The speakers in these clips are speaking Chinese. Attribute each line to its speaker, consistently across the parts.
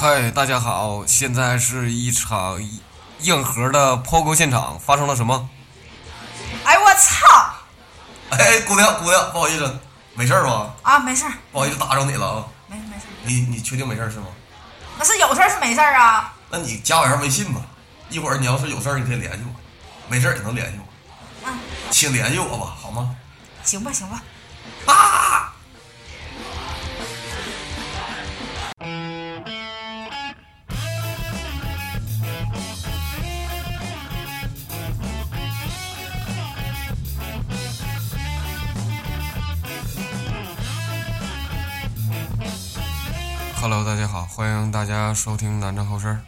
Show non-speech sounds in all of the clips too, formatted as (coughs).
Speaker 1: 嗨，大家好，现在是一场硬核的抛钩现场，发生了什么？
Speaker 2: 哎，我操！
Speaker 3: 哎，姑娘，姑娘，不好意思，没事儿吧？
Speaker 2: 啊，没事儿，
Speaker 3: 不好意思打扰你了啊。
Speaker 2: 没事没事儿，
Speaker 3: 你你确定没事儿是吗？
Speaker 2: 那是有事儿是没事儿啊？
Speaker 3: 那你加我一下微信吧，一会儿你要是有事儿，你可以联系我，没事儿也能联系我，
Speaker 2: 嗯，
Speaker 3: 请联系我吧，好吗？
Speaker 2: 行吧行吧，
Speaker 3: 啊！
Speaker 1: Hello，大家好，欢迎大家收听《南站后事儿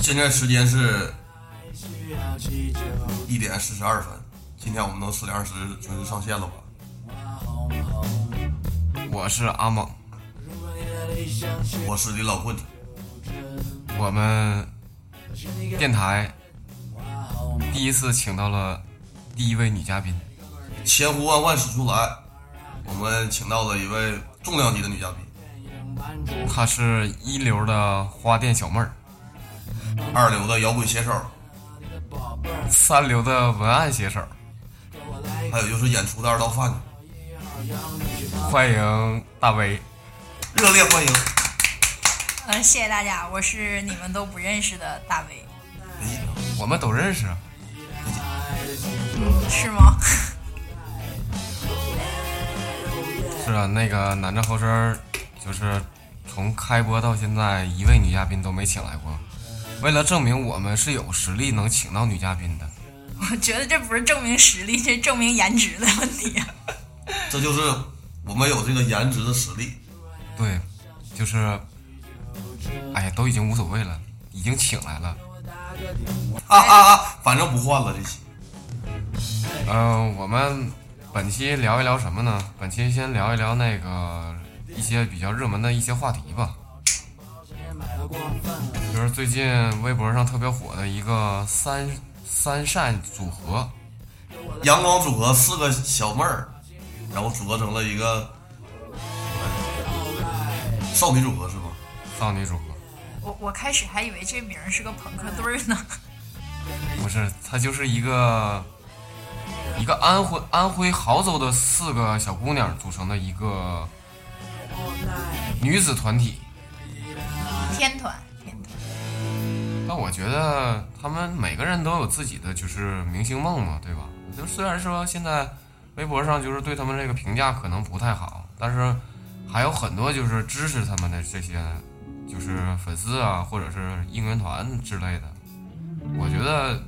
Speaker 3: 现在时间是一点四十二分，今天我们能四点二十准时上线了吧？
Speaker 1: 我是阿猛，
Speaker 3: 我是你老棍子，
Speaker 1: 我们电台第一次请到了第一位女嘉宾，
Speaker 3: 千呼万唤始出来，我们请到了一位重量级的女嘉宾，
Speaker 1: 她是一流的花店小妹儿，
Speaker 3: 二流的摇滚写手，
Speaker 1: 三流的文案写手，
Speaker 3: 还有就是演出的二道贩子，
Speaker 1: 欢迎大威。
Speaker 3: 热烈欢迎！
Speaker 2: 嗯，谢谢大家，我是你们都不认识的大威，
Speaker 3: 哎呀
Speaker 1: 我们都认识啊，
Speaker 2: 是吗？ (laughs)
Speaker 1: 是啊，那个南站后身儿就是从开播到现在一位女嘉宾都没请来过，为了证明我们是有实力能请到女嘉宾的，
Speaker 2: 我觉得这不是证明实力，这证明颜值的问题。啊
Speaker 3: 这就是我们有这个颜值的实力。
Speaker 1: 对，就是，哎呀，都已经无所谓了，已经请来了，
Speaker 3: 啊啊啊！反正不换了这期。
Speaker 1: 嗯、我们本期聊一聊什么呢？本期先聊一聊那个一些比较热门的一些话题吧，就是最近微博上特别火的一个三三善组合。
Speaker 3: 阳光组合四个小妹儿，然后组合成了一个哎少女组合是吗？
Speaker 1: 少女组合。
Speaker 2: 我我开始还以为这名儿是个朋克队儿呢，
Speaker 1: 不是，她就是一个一个安徽安徽亳州的四个小姑娘组成的一个女子团体。
Speaker 2: 天团天团，
Speaker 1: 但我觉得她们每个人都有自己的就是明星梦嘛，对吧？就虽然说现在微博上就是对他们这个评价可能不太好，但是还有很多就是支持他们的这些就是粉丝啊，或者是应援团之类的。我觉得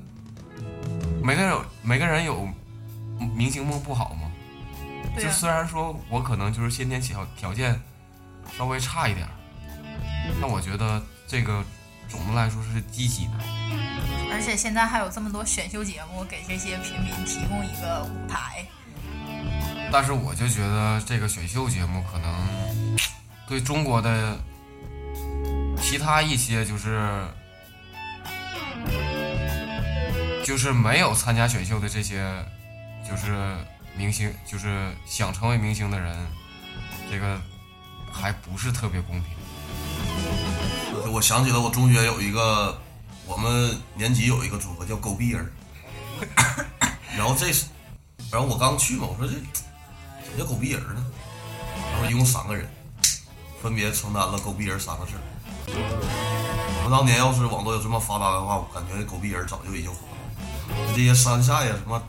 Speaker 1: 每个人有每个人有明星梦不好吗？
Speaker 2: 对
Speaker 1: 就
Speaker 2: 啊，
Speaker 1: 虽然说我可能就是先天条条件稍微差一点儿，但我觉得这个总的来说是积极的。
Speaker 2: 而且现在还有这么多选秀节目给这些平民提供一个舞台，
Speaker 1: 但是我就觉得这个选秀节目可能对中国的其他一些就是就是没有参加选秀的这些就是明星，就是想成为明星的人，这个还不是特别公平。
Speaker 3: 我我想起了我中学有一个，我们年级有一个组合叫狗逼人儿， (coughs) 然后这是，然后我刚去嘛，我说这怎么叫狗逼人儿呢？他说一共三个人，分别承担了狗逼人儿三个字儿。我当年要是网络有这么发达的话，我感觉狗逼人儿早就已经火了。这些山下呀，什么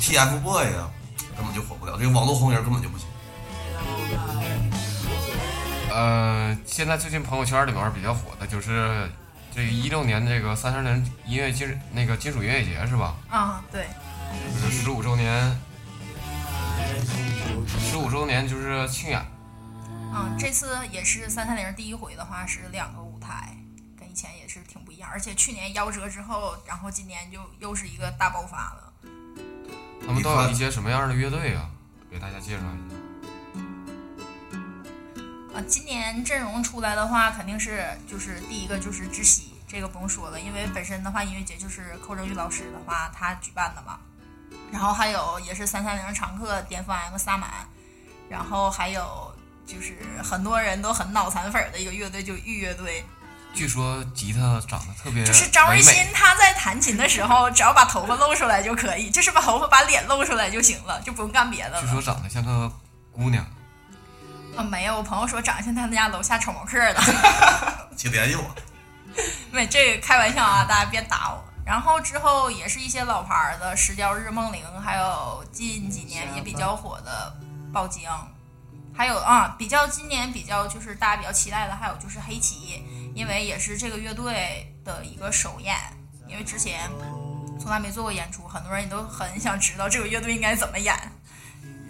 Speaker 3: TFBOY 呀，根本就火不了。这个网络红人根本就不行。
Speaker 1: 呃，现在最近朋友圈里面比较火的就是这一六年这个三十年音乐金那个金属音乐节是吧？
Speaker 2: 啊、对，
Speaker 1: 就是十五周年，十五周年就是庆雅，
Speaker 2: 嗯，这次也是三三零第一回的话是两个舞台，跟以前也是挺不一样。而且去年夭折之后，然后今年就又是一个大爆发了。
Speaker 1: 他们都有一些什么样的乐队啊？给大家介绍一下。
Speaker 2: 啊，今年阵容出来的话，肯定是就是第一个就是知悉，这个不用说了，因为本身的话音乐节就是寇正玉老师的话他举办的嘛。然后还有也是三三零常客、巅峰 M 萨满，然后还有就是很多人都很脑残粉儿的一个乐队，就玉乐队。
Speaker 1: 据说吉他长得特别
Speaker 2: 就是张
Speaker 1: 唯
Speaker 2: 艺
Speaker 1: 美
Speaker 2: 兴，他在弹琴的时候，只要把头发露出来就可以，就是把头发把脸露出来就行了，就不用干别的
Speaker 1: 据
Speaker 2: 了。
Speaker 1: 说长得像个姑娘，
Speaker 2: 啊，没有，我朋友说长得像他们家楼下丑模客的。
Speaker 3: 请联系我。
Speaker 2: (laughs) 没，这个开玩笑啊，大家别打我。然后之后也是一些老牌儿的石雕日梦铃，还有近几年也比较火的爆浆，还有啊，比较今年比较就是大家比较期待的，还有就是黑旗，因为也是这个乐队的一个首演，因为之前从来没做过演出，很多人也都很想知道这个乐队应该怎么演。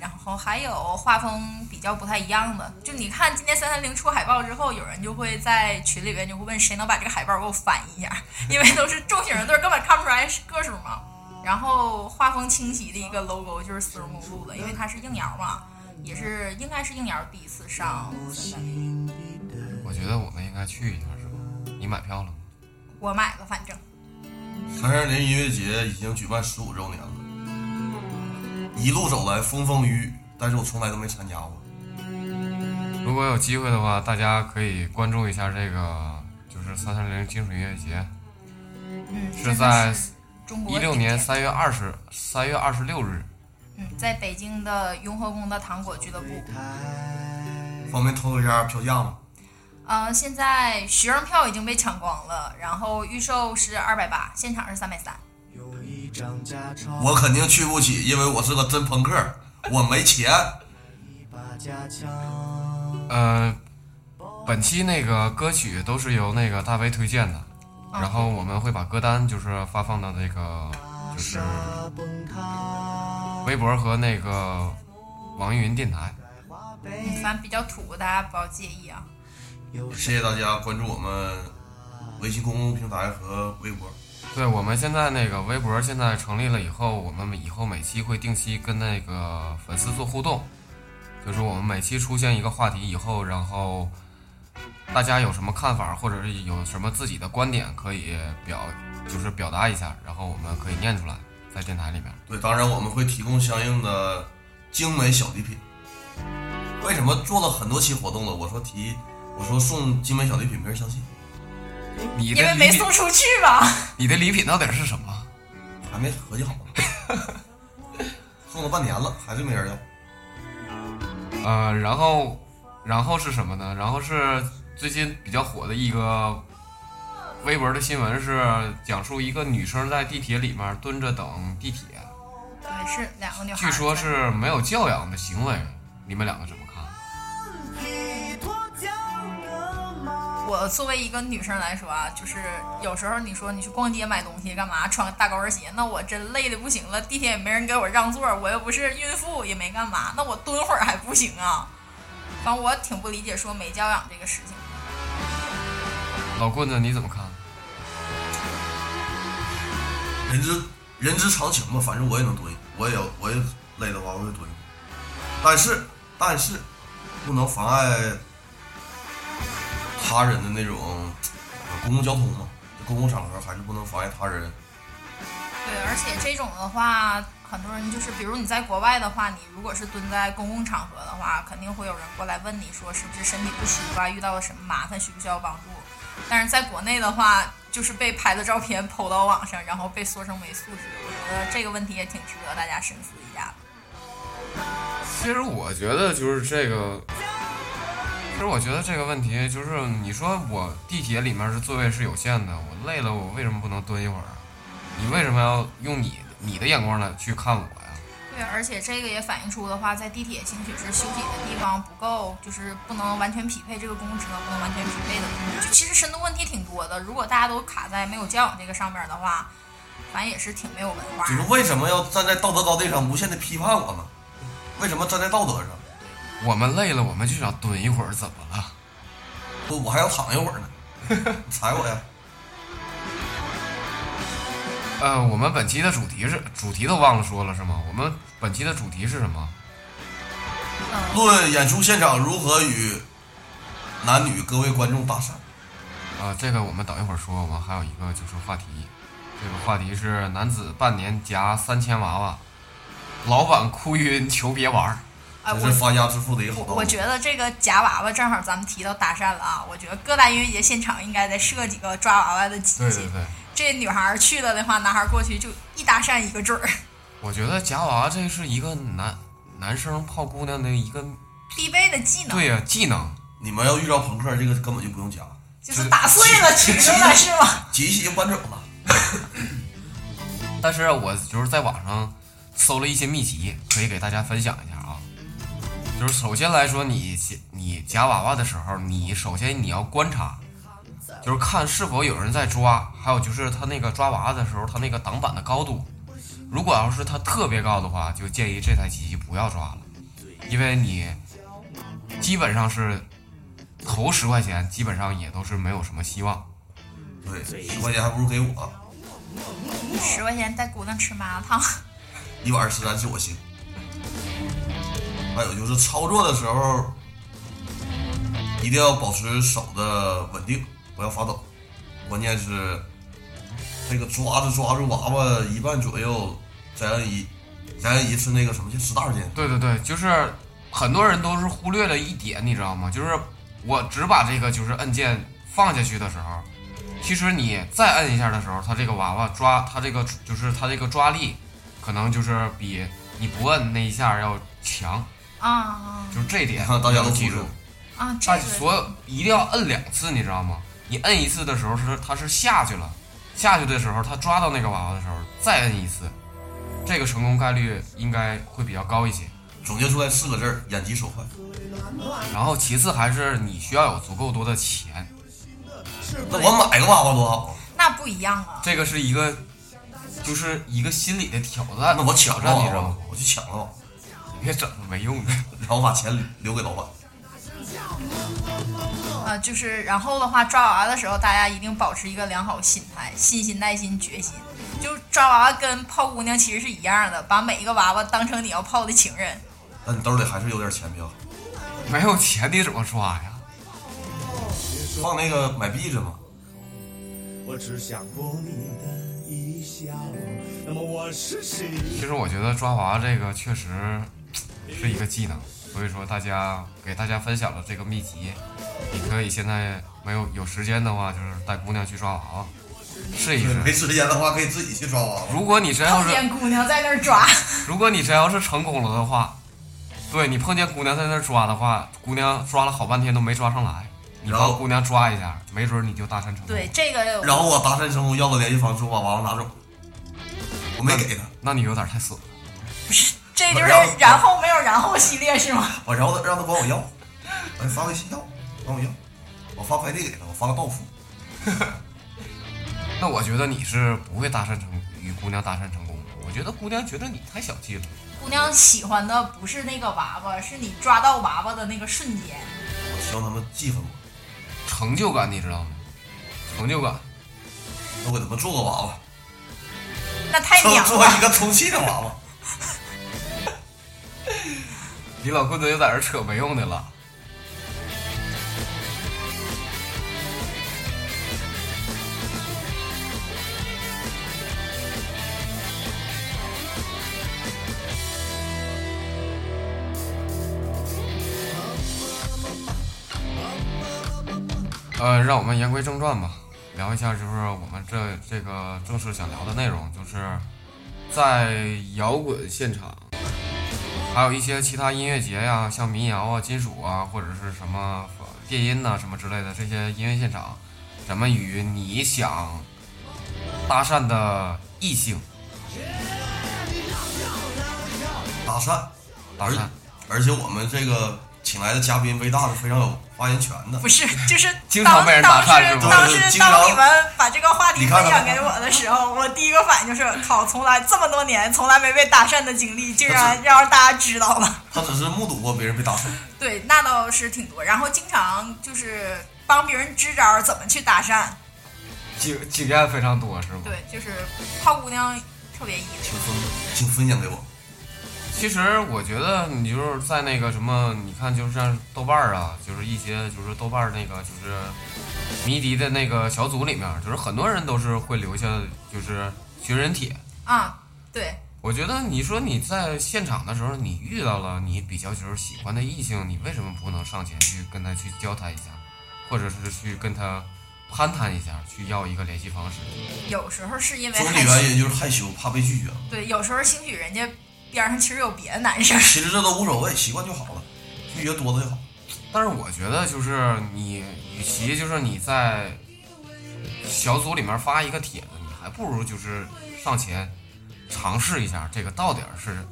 Speaker 2: 然后还有画风比较不太一样的，就你看今天三三零出海报之后，有人就会在群里边就会问谁能把这个海报给我翻
Speaker 1: (laughs)
Speaker 2: 译一下，因为都是重型的，根本看不出来是个数嘛。然后画风清晰的一个 logo 就是丝绒目录的，因为它是应瑶嘛，也是应该是应瑶第一次上三三零，
Speaker 1: 我觉得我们应该去一下，是吧？你买票了吗？
Speaker 2: 我买了，反正
Speaker 3: 三三零音乐节已经举办十五周年了，一路走来风风雨雨，但是我从来都没参加过。
Speaker 1: 如果有机会的话，大家可以关注一下这个，就是三三零金水音乐节，
Speaker 2: 嗯
Speaker 1: 是
Speaker 2: 真的
Speaker 1: 在
Speaker 2: 中国
Speaker 1: 一六年
Speaker 2: 顶尖
Speaker 1: 三月二十三月二十六日。
Speaker 2: 嗯，在北京的雍和宫的糖果俱乐部。
Speaker 3: 方便透露一下票价吗？
Speaker 2: 呃，现在学生票已经被抢光了，然后预售是二百八，现场是三百三。
Speaker 3: 我肯定去不起，因为我是个真朋克，我没钱。
Speaker 1: 呃，本期那个歌曲都是由那个大为推荐的，
Speaker 2: 嗯
Speaker 1: 然后我们会把歌单就是发放到那个就是微博和那个网易云电台。
Speaker 2: 嗯，反正比较土，大家不要介意啊。
Speaker 3: 谢谢大家关注我们微信公众平台和微博。
Speaker 1: 对，我们现在那个微博现在成立了以后，我们以后每期会定期跟那个粉丝做互动，就是我们每期出现一个话题以后，然后大家有什么看法，或者是有什么自己的观点可以表，就是表达一下，然后我们可以念出来在电台里面。
Speaker 3: 对，当然我们会提供相应的精美小礼品。为什么做了很多期活动了？我说提，我说送精美小礼品，没人相信，
Speaker 1: 你
Speaker 2: 因
Speaker 1: 的
Speaker 2: 为没
Speaker 1: 礼品
Speaker 2: 送，出去吧。
Speaker 1: 你的礼品到底是什么？
Speaker 3: 还没合计好呢。送了半年了，还是没人要。
Speaker 1: 呃，然后，然后是什么呢？然后是最近比较火的一个微博的新闻，是讲述一个女生在地铁里面蹲着等地铁，
Speaker 2: 对，是两个女孩。
Speaker 1: 据说。是没有教养的行为。你们两个怎么看？
Speaker 2: 我作为一个女生来说啊，就是有时候你说你去逛街买东西干嘛，穿个大高跟鞋，那我真累的不行了，地铁也没人给我让座，我又不是孕妇，也没干嘛，那我蹲会儿还不行啊？反正我挺不理解说没教养这个事情。
Speaker 1: 老棍子你怎么看？
Speaker 3: 人之人之常情吧，反正我也能蹲，我也有，我也累的话我也蹲。但是但是不能妨碍他人的那种呃公共交通嘛，公共场合还是不能妨碍他人。
Speaker 2: 对，而且这种的话，很多人就是，比如你在国外的话，你如果是蹲在公共场合的话，肯定会有人过来问你说是不是身体不舒服啊，遇到了什么麻烦，需不需要帮助。但是在国内的话，就是被拍的照片 (laughs) 抛到网上，然后被说成没素质，我觉得这个问题也挺值得大家深思一下的。
Speaker 1: 其实我觉得就是这个，其实我觉得这个问题就是，你说我地铁里面是座位是有限的，我累了，我为什么不能蹲一会儿啊？你为什么要用你你的眼光来去看我呀？
Speaker 2: 对，而且这个也反映出的话，在地铁兴许是休息的地方不够，就是不能完全匹配这个公共职能，不能完全匹配的东西。就其实深度问题挺多的，如果大家都卡在没有教养这个上面的话，反正也是挺没有文化
Speaker 3: 就是
Speaker 2: 的。
Speaker 3: 为什么要站在道德高地上无限的批判我们？为什么站在道德上？
Speaker 1: 我们累了，我们就想蹲一会儿，怎么了？
Speaker 3: 我我还要躺一会儿呢，你踩我呀！
Speaker 1: 呃，我们本期的主题是主题都忘了说了是吗？我们本期的主题是什么？
Speaker 2: 嗯，
Speaker 3: 论演出现场如何与男女各位观众搭讪，
Speaker 1: 呃，这个我们等一会儿说。我们还有一个就是话题，这个话题是男子半年夹三千娃娃，老板哭晕求别玩儿。
Speaker 2: 哎，
Speaker 3: 这
Speaker 2: 我
Speaker 3: 是发家致富的一个好道
Speaker 2: 我
Speaker 3: 路。
Speaker 2: 觉得这个夹娃娃正好咱们提到搭讪了啊，我觉得各大音乐节现场应该得设几个抓娃娃的机
Speaker 1: 对
Speaker 2: 器
Speaker 1: 对。对，
Speaker 2: 这女孩儿去了的话，男孩儿过去就一搭讪一个准儿，
Speaker 1: 我觉得夹娃娃这是一个男男生泡姑娘的一个
Speaker 2: 必备的技能
Speaker 1: 对呀、技能。
Speaker 3: 你们要遇到朋克，这个根本就不用讲，
Speaker 2: 就是打碎了取出来是吗？
Speaker 3: 挤一挤就搬走了。
Speaker 1: 但是我就是在网上搜了一些秘籍，可以给大家分享一下啊。就是首先来说，你你夹娃娃的时候，你首先你要观察，就是看是否有人在抓，还有就是他那个抓娃娃的时候，他那个挡板的高度，如果要是他特别高的话，就建议这台机器不要抓了，因为你基本上是投十块钱，基本上也都是没有什么希望。
Speaker 3: 对，十块钱还不如给我，
Speaker 2: 十块钱带姑娘吃麻辣烫，
Speaker 3: 一碗十三是我心。还有就是操作的时候，一定要保持手的稳定，不要发抖。关键是这个抓着抓住娃娃一半左右，再按一再按一次那个什么叫十大件，
Speaker 1: 对对对，就是很多人都是忽略了一点，你知道吗？就是我只把这个就是按键放下去的时候，其实你再按一下的时候，它这个娃娃抓它这个就是它这个抓力，可能就是比你不按那一下要强，
Speaker 2: 啊
Speaker 1: 就是这一点
Speaker 3: 看 (laughs) 大家都
Speaker 1: 记
Speaker 3: 记
Speaker 1: 住
Speaker 3: 住。。
Speaker 2: 啊！这
Speaker 1: 但
Speaker 2: 个
Speaker 1: 所有一定要摁两次，你知道吗？你摁一次的时候是它是下去了，下去的时候它抓到那个娃娃的时候再摁一次，这个成功概率应该会比较高一些。
Speaker 3: 总结出来四个字儿：眼疾手快。
Speaker 1: 然后其次还是你需要有足够多的钱，
Speaker 3: 那我买个娃娃多好啊！
Speaker 2: 那不一样啊，
Speaker 1: 这个是一个，就是一个心理的挑战。
Speaker 3: 那我抢
Speaker 1: 挑
Speaker 3: 了
Speaker 1: 战你
Speaker 3: 娃
Speaker 1: 知道
Speaker 3: 娃
Speaker 1: 吗？，
Speaker 3: 我去抢了啊娃娃，
Speaker 1: 你别整那没用的。
Speaker 3: 然后把钱留给老板。
Speaker 2: 啊，就是然后的话，抓娃娃的时候，大家一定保持一个良好心态，信心、耐心、决心。就抓娃娃跟泡姑娘其实是一样的，把每一个娃娃当成你要泡的情人。
Speaker 3: 但你兜里还是有点钱比较好。
Speaker 1: (laughs) 没有钱你怎么刷呀？
Speaker 3: 放那个买币子嘛，
Speaker 4: 我只想过你的一笑，那么我是谁？
Speaker 1: 其实我觉得抓娃娃这个确实是一个技能，所以说大家给大家分享了这个秘籍，你可以现在没有有时间的话，就是带姑娘去抓娃娃，试一
Speaker 3: 没
Speaker 1: 试。
Speaker 3: 时间的话可以自己去抓娃娃。
Speaker 1: 如果你真要
Speaker 2: 碰
Speaker 1: 是
Speaker 2: 见姑娘在那儿
Speaker 3: (laughs)
Speaker 2: 抓，
Speaker 1: 如果你真要是成功了的话，对你碰见姑娘在那儿抓的话，姑娘抓了好半天都没抓上来，你
Speaker 3: 然
Speaker 1: 帮
Speaker 3: 后
Speaker 1: 姑娘抓一下，没准你就搭讪成功。
Speaker 2: 对，这个
Speaker 3: 然后我搭讪生物要了联系方式，我把娃娃拿走，我没给他，
Speaker 1: 那你有点太损了。
Speaker 2: 这就是
Speaker 3: 然后
Speaker 2: 然后没有然后系列是吗？ (laughs)
Speaker 3: 我然后他让他管我要，我发微信要，管我要，我发快递给他，我发个到付，
Speaker 1: 那我觉得你是不会搭讪成与姑娘搭讪成功的。我觉得姑娘觉得你太小气了。
Speaker 2: 姑娘喜欢的不是那个娃娃，是你抓到娃娃的那个瞬间。
Speaker 3: 我希望他们记恨我，
Speaker 1: 成就感，你知道吗？成就感，
Speaker 3: 我给他们做个娃娃，
Speaker 2: 那
Speaker 3: (laughs)
Speaker 2: 太
Speaker 3: 做
Speaker 2: 娘
Speaker 3: 做一
Speaker 2: 了，
Speaker 3: 个充气的娃娃。
Speaker 1: 你老棍子又在这儿扯没用的了。呃，让我们言归正传吧，聊一下就是我们这这个正式想聊的内容，就是在摇滚现场还有一些其他音乐节呀、像民谣啊、金属啊，或者是什么呃电音呐、什么之类的这些音乐现场，咱们与你想搭讪的异性
Speaker 3: 搭讪，
Speaker 1: 搭
Speaker 3: 而
Speaker 1: 讪。
Speaker 3: 而且我们这个请来的嘉宾微大是非常有发言权的
Speaker 2: 不，是，就是
Speaker 1: 经
Speaker 2: 当
Speaker 1: 常被人搭讪是
Speaker 2: 当时
Speaker 1: 吗
Speaker 3: (laughs)
Speaker 2: 当
Speaker 3: 对
Speaker 2: 时
Speaker 3: 经常
Speaker 2: 当你们把这个话题
Speaker 3: 你看
Speaker 2: 分
Speaker 3: 看
Speaker 2: 享给我的时候，我第一个反应就是，靠，从来这么多年从来没被搭讪的经历，竟然让大家知道了。
Speaker 3: 他只是目睹过别人被搭讪，
Speaker 2: 对，那倒是挺多，然后经常就是帮别人支招怎么去搭讪。
Speaker 1: 经经验非常多，是吗？
Speaker 2: 对，就是泡姑娘特别一
Speaker 3: 请分请分享给我。
Speaker 1: 其实我觉得你就是在那个什么，你看就是像豆瓣儿啊，就是一些就是豆瓣儿那个就是迷笛的那个小组里面，就是很多人都是会留下就是寻人帖，
Speaker 2: 啊，对，
Speaker 1: 我觉得你说你在现场的时候，你遇到了你比较就是喜欢的异性，你为什么不能上前去跟他去交谈一下，或者是去跟他攀谈一下，去要一个联系方式？
Speaker 2: 有时候是因为
Speaker 3: 终
Speaker 2: 害
Speaker 3: 极原
Speaker 2: 羞，
Speaker 3: 因就是害羞，怕被拒绝。
Speaker 2: 对，有时候兴许人家边上其实有别的男生，
Speaker 3: 其实这都无所谓，习惯就好了，拒绝多的就好。
Speaker 1: 但是我觉得就是你，与其就是你在小组里面发一个帖子，你还不如就是上前尝试一下这个到底儿是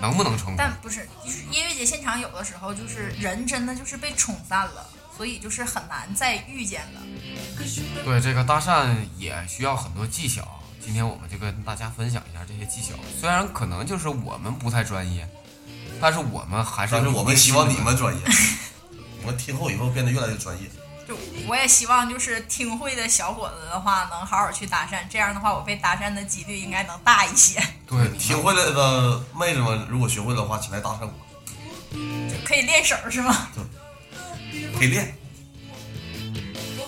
Speaker 1: 能不能成功
Speaker 2: 但。不是，就是音乐节现场有的时候就是人真的就是被冲散了，所以就是很难再遇见了。
Speaker 1: 对这个搭讪也需要很多技巧，今天我们就跟大家分享一下这些技巧。虽然可能就是我们不太专业，但是我们还是
Speaker 3: 但是我们希望
Speaker 1: 有
Speaker 3: 你
Speaker 1: 一定的
Speaker 3: 们专业，我们听后以后变得越来越专业。
Speaker 2: 就我也希望就是听会的小伙子的话，能好好去搭讪，这样的话我被搭讪的几率应该能大一些，
Speaker 1: 对
Speaker 3: 听会了的妹子们，如果学会的话，请来搭讪我，
Speaker 2: 就可以练手是吗？
Speaker 3: 陪练。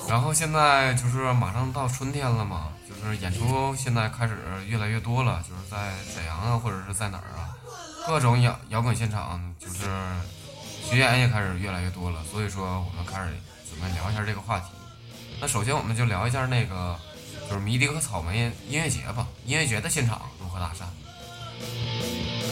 Speaker 1: 然后现在就是马上到春天了嘛，就是演出现在开始越来越多了，就是在沈阳啊，或者是在哪儿啊，各种摇摇滚现场，就是巡演也开始越来越多了。所以说，我们开始准备聊一下这个话题。那首先我们就聊一下那个就是迷笛和草莓音乐节吧，音乐节的现场如何搭讪？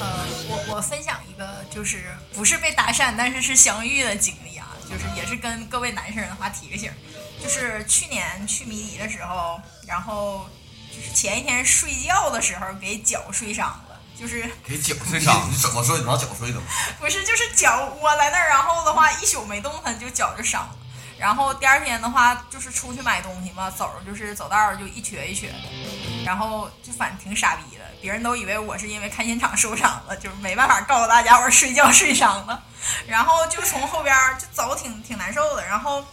Speaker 2: 呃，我我分享一个就是不是被搭讪，但是是相遇的经历啊，就是也是跟各位男生的话提个醒儿，就是去年去迷笛的时候，然后就是前一天睡觉的时候给脚睡伤了，就是
Speaker 1: 给脚
Speaker 3: 你
Speaker 1: 睡伤
Speaker 3: 你，怎么睡？拿脚睡的吗？
Speaker 2: (laughs) 不是，就是脚窝在那儿，然后的话一宿没动弹，就脚就伤了。然后第二天的话，就是出去买东西嘛，走着就是走道儿就一瘸一瘸的，然后就反正挺傻逼的，别人都以为我是因为看现场受伤了，就是没办法告诉大家我是睡觉睡伤了。然后就从后边儿就走挺挺难受的，然后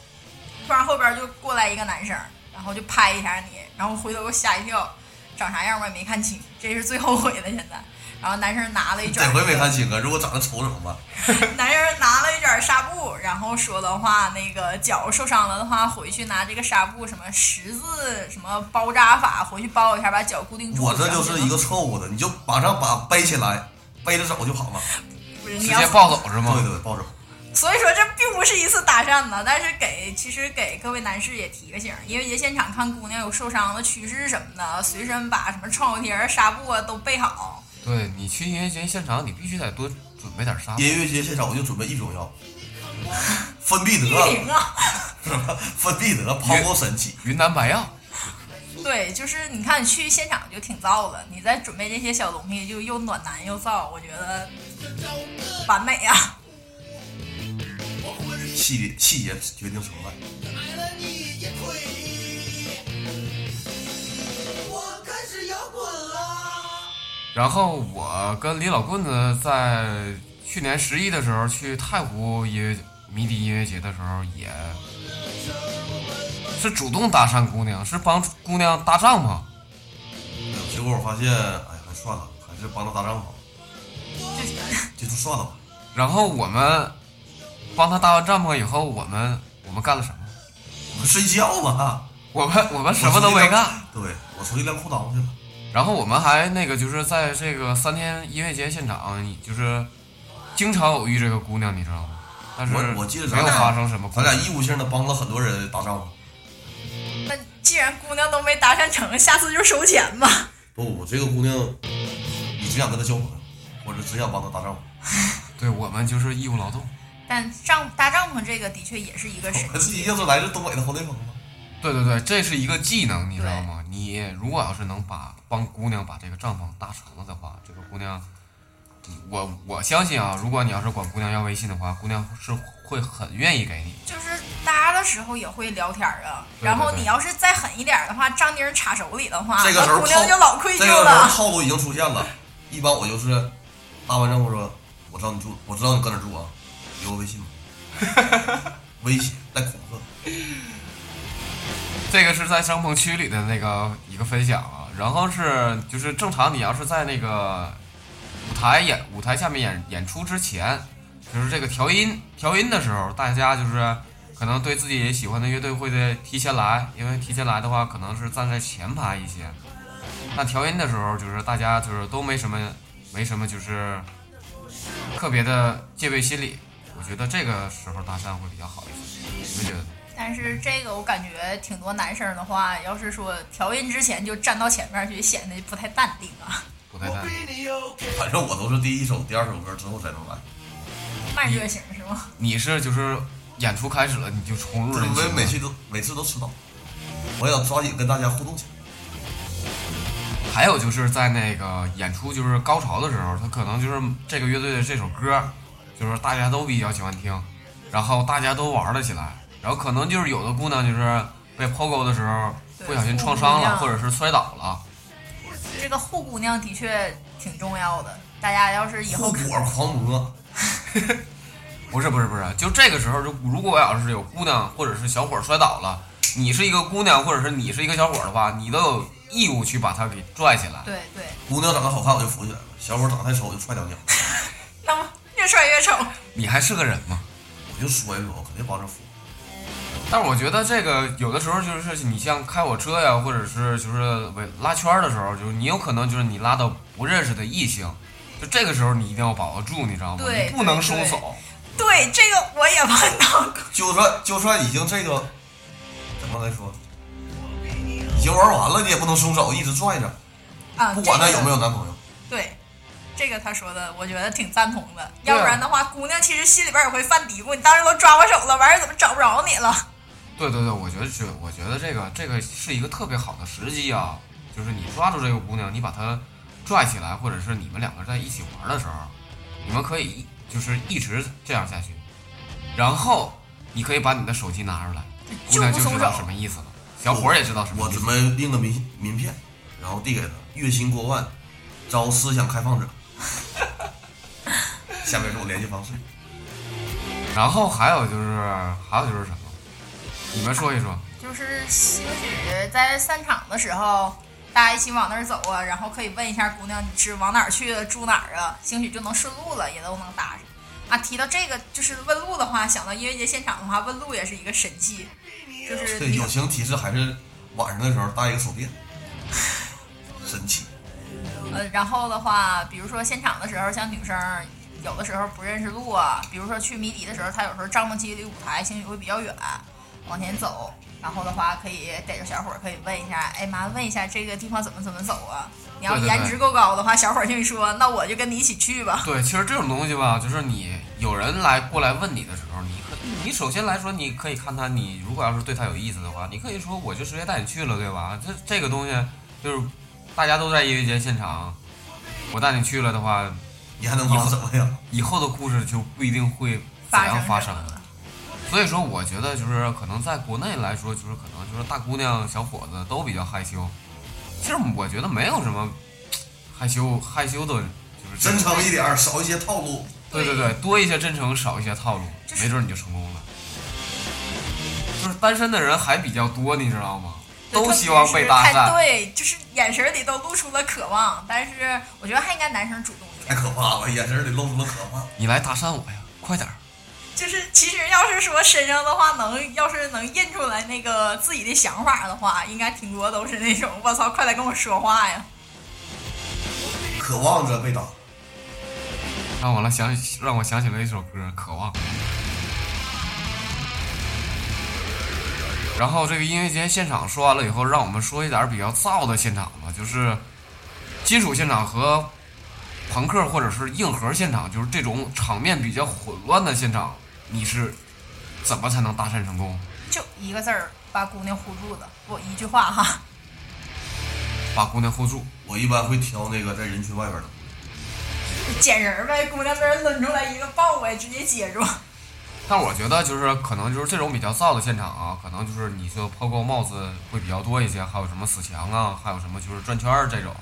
Speaker 2: 突然后边儿就过来一个男生，然后就拍一下你，然后回头给我吓一跳，长啥样我也没看清，这是最后悔的现在。然后男生拿了一卷
Speaker 3: 这
Speaker 2: 那
Speaker 3: 回没
Speaker 2: 个
Speaker 3: 看清啊！如果长得丑怎么办？
Speaker 2: 男人拿了一卷纱布，然后说的话，那个脚受伤了的话，回去拿这个纱布什么十字什么包扎法，回去包一下，把脚固定住。
Speaker 3: 我这就是一个错误的，你就马上把背起来，背着走就好了。
Speaker 2: 不是
Speaker 1: 直
Speaker 2: 你要
Speaker 1: 接。抱走是
Speaker 3: 对
Speaker 1: 吗？
Speaker 3: 对，抱着。
Speaker 2: 所以说这并不是一次搭讪呢，但是给其实给各位男士也提个醒，因为节现场看姑娘有受伤的趋势什么的，随身把什么创口贴儿、纱布啊都备
Speaker 3: (laughs)
Speaker 2: 好。
Speaker 1: 对你去音乐节现场，你必须得多准备点纱布。
Speaker 3: 音乐节现场我就准备一种药，
Speaker 2: (laughs)
Speaker 3: 芬必
Speaker 2: 玉
Speaker 3: 得，
Speaker 2: 玲啊，
Speaker 3: 芬必得，泡沫神器。
Speaker 1: 云南白药，
Speaker 2: 对，就是你看你去现场就挺燥的，你再准备这些小东西，就又暖男又燥，我觉得完美啊。
Speaker 3: 细节细节决定成败。
Speaker 5: 爱了你也退役，我开始摇滚了。
Speaker 1: 然后我跟李老棍子在去年十一的时候去太湖音乐迷笛音乐节的时候，也是主动搭讪姑娘，是帮姑娘搭帐篷。
Speaker 3: 结果我发现，哎呀，还算了，还是帮他搭帐篷，这就算了吧。
Speaker 1: 然后我们帮她搭完帐篷以后，我们我们干了什么？
Speaker 3: 我们睡觉吧，
Speaker 1: 我们我们什么都没干。。
Speaker 3: 对，我出去晾裤裆去了。
Speaker 1: 然后我们还那个就是在这个三天音乐节现场，就是经常偶遇这个姑娘，你知道吗？但是
Speaker 3: 我我记得咱
Speaker 1: 没有
Speaker 3: 俩
Speaker 1: 发生什么故
Speaker 3: 咱
Speaker 1: 事，
Speaker 3: 俩义务性的帮了很多人搭帐篷。
Speaker 2: 那既然姑娘都没搭讪成，下次就收钱吧。
Speaker 3: 不，我这个姑娘，你只想跟她交朋友，或者只想帮她搭帐篷。
Speaker 1: 对我们就是义务劳动。
Speaker 2: (laughs) 但帐搭帐篷这个的确也是一个神
Speaker 3: (laughs) 我
Speaker 2: 器，
Speaker 3: 毕竟是来自东北的侯雷锋嘛。
Speaker 1: 对对对，这是一个技能，你知道吗？你如果要是能把帮姑娘把这个帐篷搭成了的话，这个姑娘，我我相信啊，如果你要是管姑娘要微信的话，姑娘是会很愿意给你。
Speaker 2: 就是搭的时候也会聊天儿啊。
Speaker 1: 对对
Speaker 2: 然后
Speaker 1: 对
Speaker 2: 你要是再狠一点儿的话，张丁儿插手里的话，
Speaker 3: 这个时候
Speaker 2: 啊那姑娘
Speaker 3: 套
Speaker 2: 就老愧
Speaker 3: 这
Speaker 2: 疚
Speaker 3: 个时候
Speaker 2: 了。
Speaker 3: 套路已经出现了。一般我就是搭完帐篷说，我知道你住，我知道你搁哪住啊，留个微信吧。
Speaker 1: (laughs)
Speaker 3: 威胁带恐吓，
Speaker 1: 这个是在帐篷区里的那个一个分享啊，然后是就是正常，你要是在那个舞台演舞台下面演演出之前，就是这个调音调音的时候，大家就是可能对自己喜欢的乐队会在提前来，因为提前来的话，可能是站在前排一些，那调音的时候，就是大家就是都没什么没什么就是特别的戒备心理，我觉得这个时候搭讪会比较好一些，你们觉得呢？
Speaker 2: 但是这个我感觉挺多男生的话，要是说调音之前就站到前面去，显得不太淡定
Speaker 3: (laughs)
Speaker 2: 啊，
Speaker 1: 不太赞同。
Speaker 3: 反正我都是第一首、第二首歌之后才能来，
Speaker 2: 慢热型是吗？
Speaker 1: 你是就是演出开始了你就冲入
Speaker 3: 这
Speaker 1: 人群
Speaker 3: 每
Speaker 1: 了
Speaker 3: 每期都每次都迟到，我要抓紧跟大家互动起来。
Speaker 1: 还有就是在那个演出就是高潮的时候，他可能就是这个乐队的这首歌，就是大家都比较喜欢听，然后大家都玩了起来，然后可能就是有的姑娘就是被 POGO 的时候
Speaker 2: 对
Speaker 1: 不小心创伤了，
Speaker 2: 互
Speaker 1: 或
Speaker 2: 相
Speaker 1: 者是摔倒了，
Speaker 2: 这个护姑娘的确挺重要的，大家要是以后
Speaker 3: 后果狂魔，
Speaker 1: 不是不是不是，就这个时候就如果要是有姑娘或者是小伙摔倒了，你是一个姑娘或者是你是一个小伙的话，你都有义务去把他给拽起来。
Speaker 2: (laughs) 对对，
Speaker 3: 姑娘长得好看我就扶起来了，小伙长得太丑我就踹两脚。
Speaker 2: 那么越帅越丑，
Speaker 1: 你还是个人吗？
Speaker 3: 我就说一说，我肯定帮着扶。
Speaker 1: 但是我觉得这个有的时候就是你像开我车呀，或者是就是为拉圈儿的时候，就是你有可能就是你拉到不认识的异性，就这个时候你一定要把握住，你知道吗？
Speaker 2: 对
Speaker 1: 你不能收
Speaker 2: 对
Speaker 1: 手。
Speaker 2: 对这个我也碰到过。
Speaker 3: 就算就算已经这个怎么来说，已经玩完了，你也不能松手，一直拽着，
Speaker 2: 啊，
Speaker 3: 不管她
Speaker 2: 这个
Speaker 3: 有没有男朋友。
Speaker 2: 对，这个他说的，我觉得挺赞同的。要不然的话，姑娘其实心里边也会犯嘀咕，你当时都抓我手了，完事儿怎么找不着你了？
Speaker 1: 对对对，我觉得是，我觉得这个这个是一个特别好的时机啊，就是你抓住这个姑娘，你把她拽起来，或者是你们两个在一起玩的时候，你们可以一就是一直这样下去，然后你可以把你的手机拿出来，姑
Speaker 2: 就
Speaker 1: 娘
Speaker 2: 不
Speaker 1: 就
Speaker 2: 松
Speaker 1: 知道
Speaker 2: 手
Speaker 1: 什么意思了，小伙儿也知道什么
Speaker 3: 我
Speaker 1: 意思
Speaker 3: 准。备印个名名片，然后递给他，月薪过万，招思想开放者。 (laughs) 下面是我联系方式。
Speaker 1: 然后还有就是，还有就是什么？你们说一说。
Speaker 2: 就是兴许在散场的时候，大家一起往那儿走啊，然后可以问一下姑娘你是往哪儿去的，住哪儿啊，兴许就能顺路了，也都能搭上。啊，提到这个就是问路的话，想到音乐节现场的话，问路也是一个神器，就是
Speaker 3: 对，
Speaker 2: 你
Speaker 3: 友情提示还是晚上的时候带一个手电，神奇。
Speaker 2: 呃，然后的话，比如说现场的时候，像女生有的时候不认识路啊，比如说去迷笛的时候，她有时候帐篷机离舞台兴许会比较远，往前走，然后的话可以逮着小伙儿可以问一下，哎妈，问一下这个地方怎么怎么走啊？你要
Speaker 1: 对对
Speaker 2: 颜
Speaker 1: 对
Speaker 2: 值够高的话，小伙儿就说，那我就跟你一起去吧。
Speaker 1: 对，其实这种东西吧，就是你有人来过来问你的时候，你可你首先来说，你可以看他，你如果要是对他有意思的话，你可以说我就直接带你去了，对吧？这这个东西就是大家都在音乐节现场，我带你去了的话，
Speaker 3: 你还能帮我怎么样？
Speaker 1: 以后的故事就不一定会怎
Speaker 2: 发
Speaker 1: 样
Speaker 2: 生
Speaker 1: 发
Speaker 2: 什
Speaker 1: 生啊
Speaker 2: 么
Speaker 1: 了。
Speaker 2: 了？
Speaker 1: 所以说，我觉得就是可能在国内来说，就是可能就是大姑娘、小伙子都比较害羞。其实我觉得没有什么害羞害羞的，就是这
Speaker 3: 真
Speaker 1: 种
Speaker 3: 诚一点，少一些套路。
Speaker 1: 对对对，多一些真诚，少一些套路，
Speaker 2: 就是
Speaker 1: 没准你就成功了。就是单身的人还比较多，你知道吗？
Speaker 2: 对
Speaker 1: 都
Speaker 2: 特
Speaker 1: 希
Speaker 2: 别
Speaker 1: 望
Speaker 2: 是
Speaker 1: 被搭
Speaker 2: 看
Speaker 1: 讪。
Speaker 2: 对，就是眼神里都露出了渴望，但是我觉得还应该男生主动一
Speaker 3: 太
Speaker 2: 点。
Speaker 3: 可怕了，眼神里露出了可怕。
Speaker 1: 你来搭讪我呀，快点儿！
Speaker 2: 就是其实要是说身上的话，能要是能印出来那个自己的想法的话，应该挺多都是那种我操，快来跟我说话呀！
Speaker 3: 渴望着被打。
Speaker 1: 让我来想，让我想起了一首歌《渴望》。然后这个音乐节现场说完了以后，让我们说一点比较燥的现场吧，就是金属现场和朋克或者是硬核现场，就是这种场面比较混乱的现场，你是怎么才能搭讪成功？
Speaker 2: 就一个字儿把姑娘唬住了，我一句话哈，
Speaker 1: 把姑娘 hold 住？
Speaker 3: 我一般会挑那个在人群外边的，
Speaker 2: 捡人儿呗，姑娘被人抡出来一个抱我，直接接住。
Speaker 1: 但我觉得就是可能就是这种比较燥的现场啊，可能就是你说抛光帽子会比较多一些，还有什么死墙啊，还有什么就是转圈儿这种，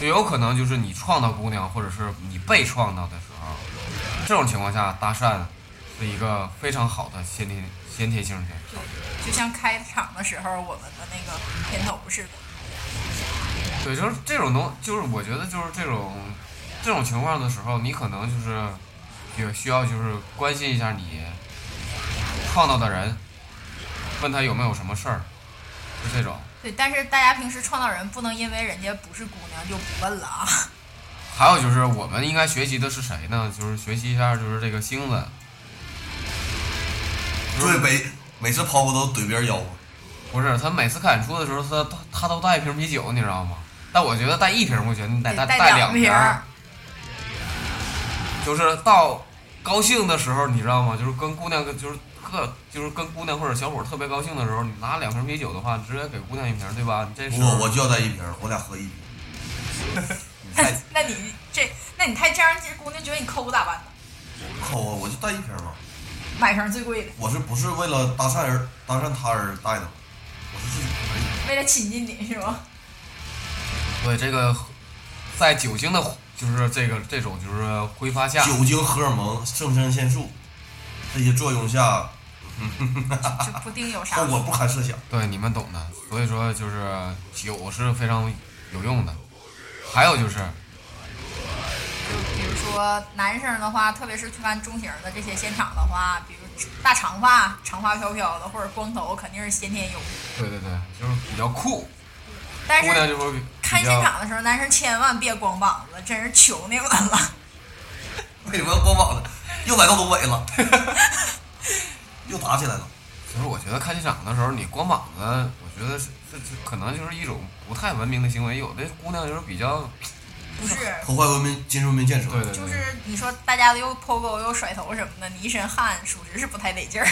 Speaker 1: 就有可能就是你撞到姑娘，或者是你被撞到的时候，这种情况下搭讪是一个非常好的先天先天性的现象。
Speaker 2: 就像开场的时候我们的那个片头似的，
Speaker 1: 对，就是这种东，就是我觉得就是这种这种情况的时候，你可能就是也需要就是关心一下你撞到的人，问他有没有什么事儿，就这种。
Speaker 2: 对，但是大家平时创造人不能因为人家不是姑娘就不问了啊。
Speaker 1: 还有就是，我们应该学习的是谁呢？就是学习一下，就是这个星子，
Speaker 3: 对，每每次抛过都怼别人腰，
Speaker 1: 不是他每次看演出的时候，他他他都带一瓶啤酒，你知道吗？但我觉得带一瓶不行，你得带
Speaker 2: 得带
Speaker 1: 两
Speaker 2: 两瓶儿
Speaker 1: 就是到高兴的时候，你知道吗？就是跟姑娘，就是特，就是跟姑娘或者小伙儿特别高兴的时候，你拿两瓶啤酒的话，你直接给姑娘一瓶，对吧？你这时
Speaker 3: 我
Speaker 1: 候
Speaker 3: 我就要带一瓶，我俩喝一瓶。你
Speaker 2: 那
Speaker 3: 太
Speaker 2: (laughs) 那你这，那你太这样，这姑娘觉得你抠咋办呢？
Speaker 3: 抠啊，我就带一瓶嘛。
Speaker 2: 买瓶最贵的，
Speaker 3: 我是不是为了搭讪人、搭讪他人带的？我是自己可以。
Speaker 2: 为了亲近你是吗？
Speaker 1: 对这个，在酒精的，就是这个这种就是挥发下，
Speaker 3: 酒精、荷尔蒙、肾上腺素这些作用下，
Speaker 2: 就不定有
Speaker 3: (laughs)
Speaker 2: 啥
Speaker 3: 后果不堪设想。
Speaker 1: 对你们懂的。所以说，就是酒是非常有用的。还有就是，
Speaker 2: 比如说男生的话，特别是去看中型的这些现场的话，比如大长发、长发飘飘的，或者光头，肯定是先天优势。
Speaker 1: 对对对，就是比较酷，
Speaker 2: 但
Speaker 1: 姑娘
Speaker 2: 是
Speaker 1: 就会比
Speaker 2: 看
Speaker 1: 比
Speaker 2: 现
Speaker 1: 较。
Speaker 2: 场的时候，男生千万别光膀子，真是求你们了。
Speaker 3: (laughs) 为什么要光膀子？又来到东北了， (laughs) 又打起来了。
Speaker 1: 其实我觉得看现场的时候，你光膀子，我觉得是这这可能就是一种不太文明的行为。有的姑娘就是比较，
Speaker 2: 不是，
Speaker 3: 破坏文明、金融文明建设。
Speaker 1: 对对对，
Speaker 2: 就是你说大家都又剖沟又甩头什么的，你一身汗，属实是不太得劲儿。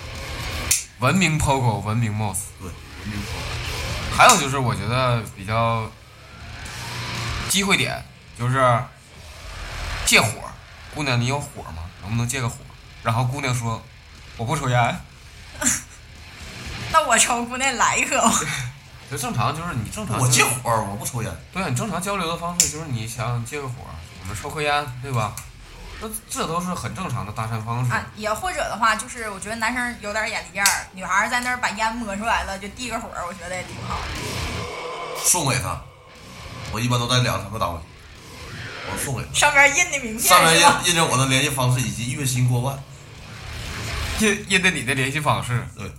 Speaker 2: (laughs)
Speaker 1: 文明 POGO，文明 MOS。
Speaker 3: 对，文明破坏。
Speaker 1: 还有就是，我觉得比较机会点就是借火。姑娘，你有火吗？能不能借个火？然后姑娘说：“我不抽烟。
Speaker 2: 那我抽姑娘来一个吧。” (laughs)
Speaker 1: 就正常，就是你正常、
Speaker 3: 我
Speaker 1: 就是
Speaker 3: 戒火，我不抽烟。
Speaker 1: 对啊，你正常交流的方式就是你想借个火，我们抽颗烟，对吧？这这都是很正常的搭讪方式。
Speaker 2: 啊，也或者的话，就是我觉得男生有点眼力见儿，女孩儿在那儿把烟摸出来了，就递个火儿，我觉得也挺好。
Speaker 3: 送给他，我一般都带两三个单位，我送给他，
Speaker 2: 上边印的名片
Speaker 3: 上面
Speaker 2: 是吧？
Speaker 3: 印印着我的联系方式以及月薪过万。
Speaker 1: 印印的你的联系方式，
Speaker 3: 对，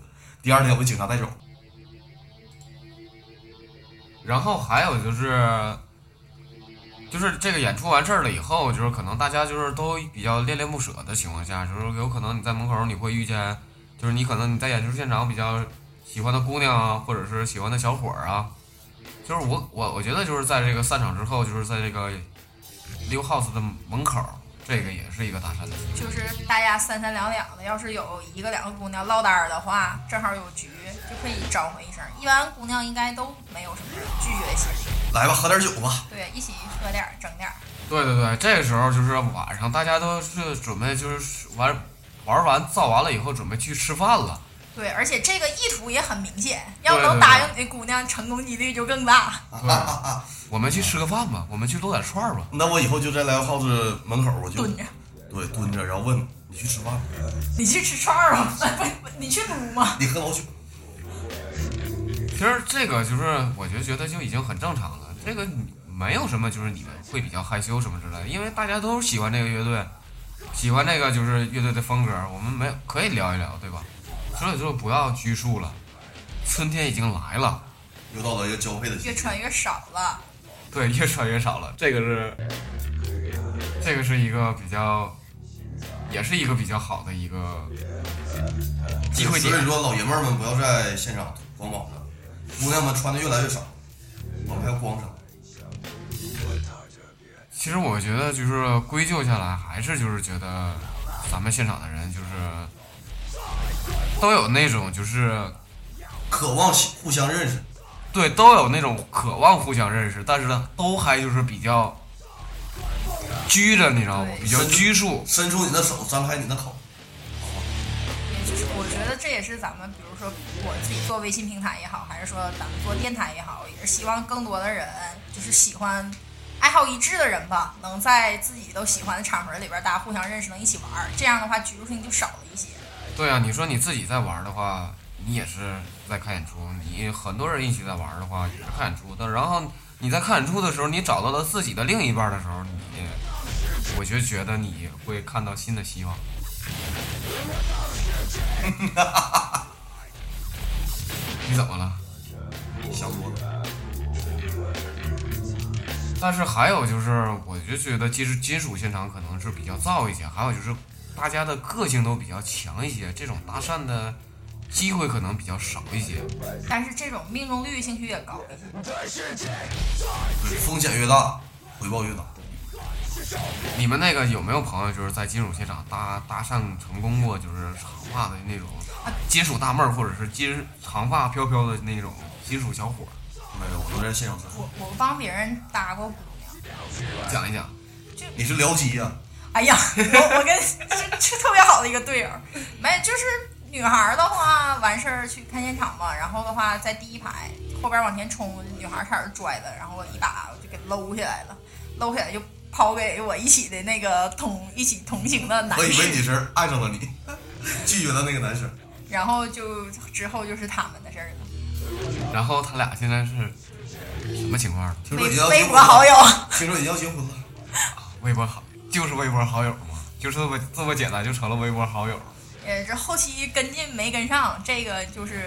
Speaker 3: 第二天我被警察带走。
Speaker 1: 然后还有就是，就是这个演出完事儿了以后，就是可能大家就是都比较恋恋不舍的情况下，就是有可能你在门口你会遇见，就是你可能你在演出现场比较喜欢的姑娘啊，或者是喜欢的小伙儿啊，就是我我我觉得就是在这个散场之后，就是在这个 live house 的门口，这个也是一个搭讪的。
Speaker 2: 就是大家三三两两的，要是有一个两个姑娘落单儿的话，正好有局就可以招呼一声。一般姑娘应该都没有什么拒绝心，
Speaker 3: 来吧，喝点酒吧。
Speaker 2: 对，一起喝点儿整点儿。
Speaker 1: 对对对，这个时候就是晚上，大家都是准备就是玩玩完造完了以后，准备去吃饭了。
Speaker 2: 对，而且这个意图也很明显，要
Speaker 1: 对
Speaker 2: 能
Speaker 1: 对
Speaker 2: 答
Speaker 1: 对
Speaker 2: 应你的姑娘，成功几率就更大。
Speaker 1: 对，我们去吃个饭吧，我们去撸点串儿吧。
Speaker 3: 那我以后就在 live house 门口，我就
Speaker 2: 蹲着
Speaker 3: 对蹲着，然后问你去吃饭吗，
Speaker 2: 你去吃串儿啊？ (laughs) 不是，不是你去撸吗？
Speaker 3: 你喝老酒。
Speaker 1: 其实这个就是，我就觉得就已经很正常了。这个你没有什么，就是你们会比较害羞什么之类的，因为大家都喜欢这个乐队，喜欢这个就是乐队的风格，我们没有可以聊一聊，对吧？所以说不要拘束了，春天已经来了，
Speaker 3: 又到了一个交配的
Speaker 2: 越
Speaker 3: 季节，
Speaker 2: 穿越少了。
Speaker 1: 对，越穿越少了。这个是，这个是一个比较，也是一个比较好的一个机会
Speaker 3: 所以
Speaker 1: 点。
Speaker 3: 说，老爷们儿们不要在现场光膀子，姑娘们穿的越来越少，我们还要光着。
Speaker 1: 其实我觉得，就是归咎下来，还是就是觉得咱们现场的人就是都有那种就是
Speaker 3: 渴望互相认识，
Speaker 1: 对都有那种渴望互相认识，但是呢，都还就是比较拘着，你知道吗？
Speaker 2: 对
Speaker 1: 比较拘束。
Speaker 3: 伸出你的手，张开你的口。
Speaker 2: 也就是我觉得这也是咱们，比如说我自己做微信平台也好，还是说咱们做电台也好，也是希望更多的人就是喜欢。爱好一致的人吧，能在自己都喜欢的场合里边，大家互相认识，能一起玩儿，这样的话拘束性就少了一些。
Speaker 1: 对啊，你说你自己在玩的话，你也是在看演出；你很多人一起在玩的话，也是看演出。但然后你在看演出的时候，你找到了自己的另一半的时候，你我就觉得你会看到新的希望。 (laughs) 你怎么了？
Speaker 3: 想多了。
Speaker 1: 但是还有就是，我就觉得金属金属现场可能是比较燥一些，还有就是大家的个性都比较强一些，这种搭讪的机会可能比较少一些。
Speaker 2: 但是这种命中率兴许也高。
Speaker 3: 对，风险越大，回报越大。
Speaker 1: 你们那个有没有朋友就是在金属现场搭搭讪成功过？就是长发的那种金属大妹儿，或者是金长发飘飘的那种金属小伙儿，
Speaker 3: 没有，我都在现场吃。
Speaker 2: 我我帮别人搭过姑娘，
Speaker 1: 讲一讲。
Speaker 3: 你是僚机呀？
Speaker 2: 哎呀，我我跟这这特别好的一个队友，没就是女孩儿的话，完事儿去看现场嘛，然后的话在第一排后边往前冲，女孩儿差点拽的，然后我一把我就给搂起来了，搂起来就抛给我一起的那个同一起同行的男
Speaker 3: 我以为
Speaker 2: 士，
Speaker 3: 你是爱上了你， (laughs) 拒绝了那个男生。
Speaker 2: 然后就之后就是他们的事儿了。
Speaker 1: 然后他俩现在是什么情况？
Speaker 3: 听说
Speaker 2: 微
Speaker 3: 你要
Speaker 2: 微
Speaker 3: 结
Speaker 2: 博
Speaker 3: 婚
Speaker 2: 好
Speaker 3: 了，
Speaker 2: 友，
Speaker 3: 听说你要结婚了，
Speaker 1: 微博好就是微博好友嘛，就是这么这么简单就成了微博好友。
Speaker 2: 呃，这后期跟进没跟上，这个就是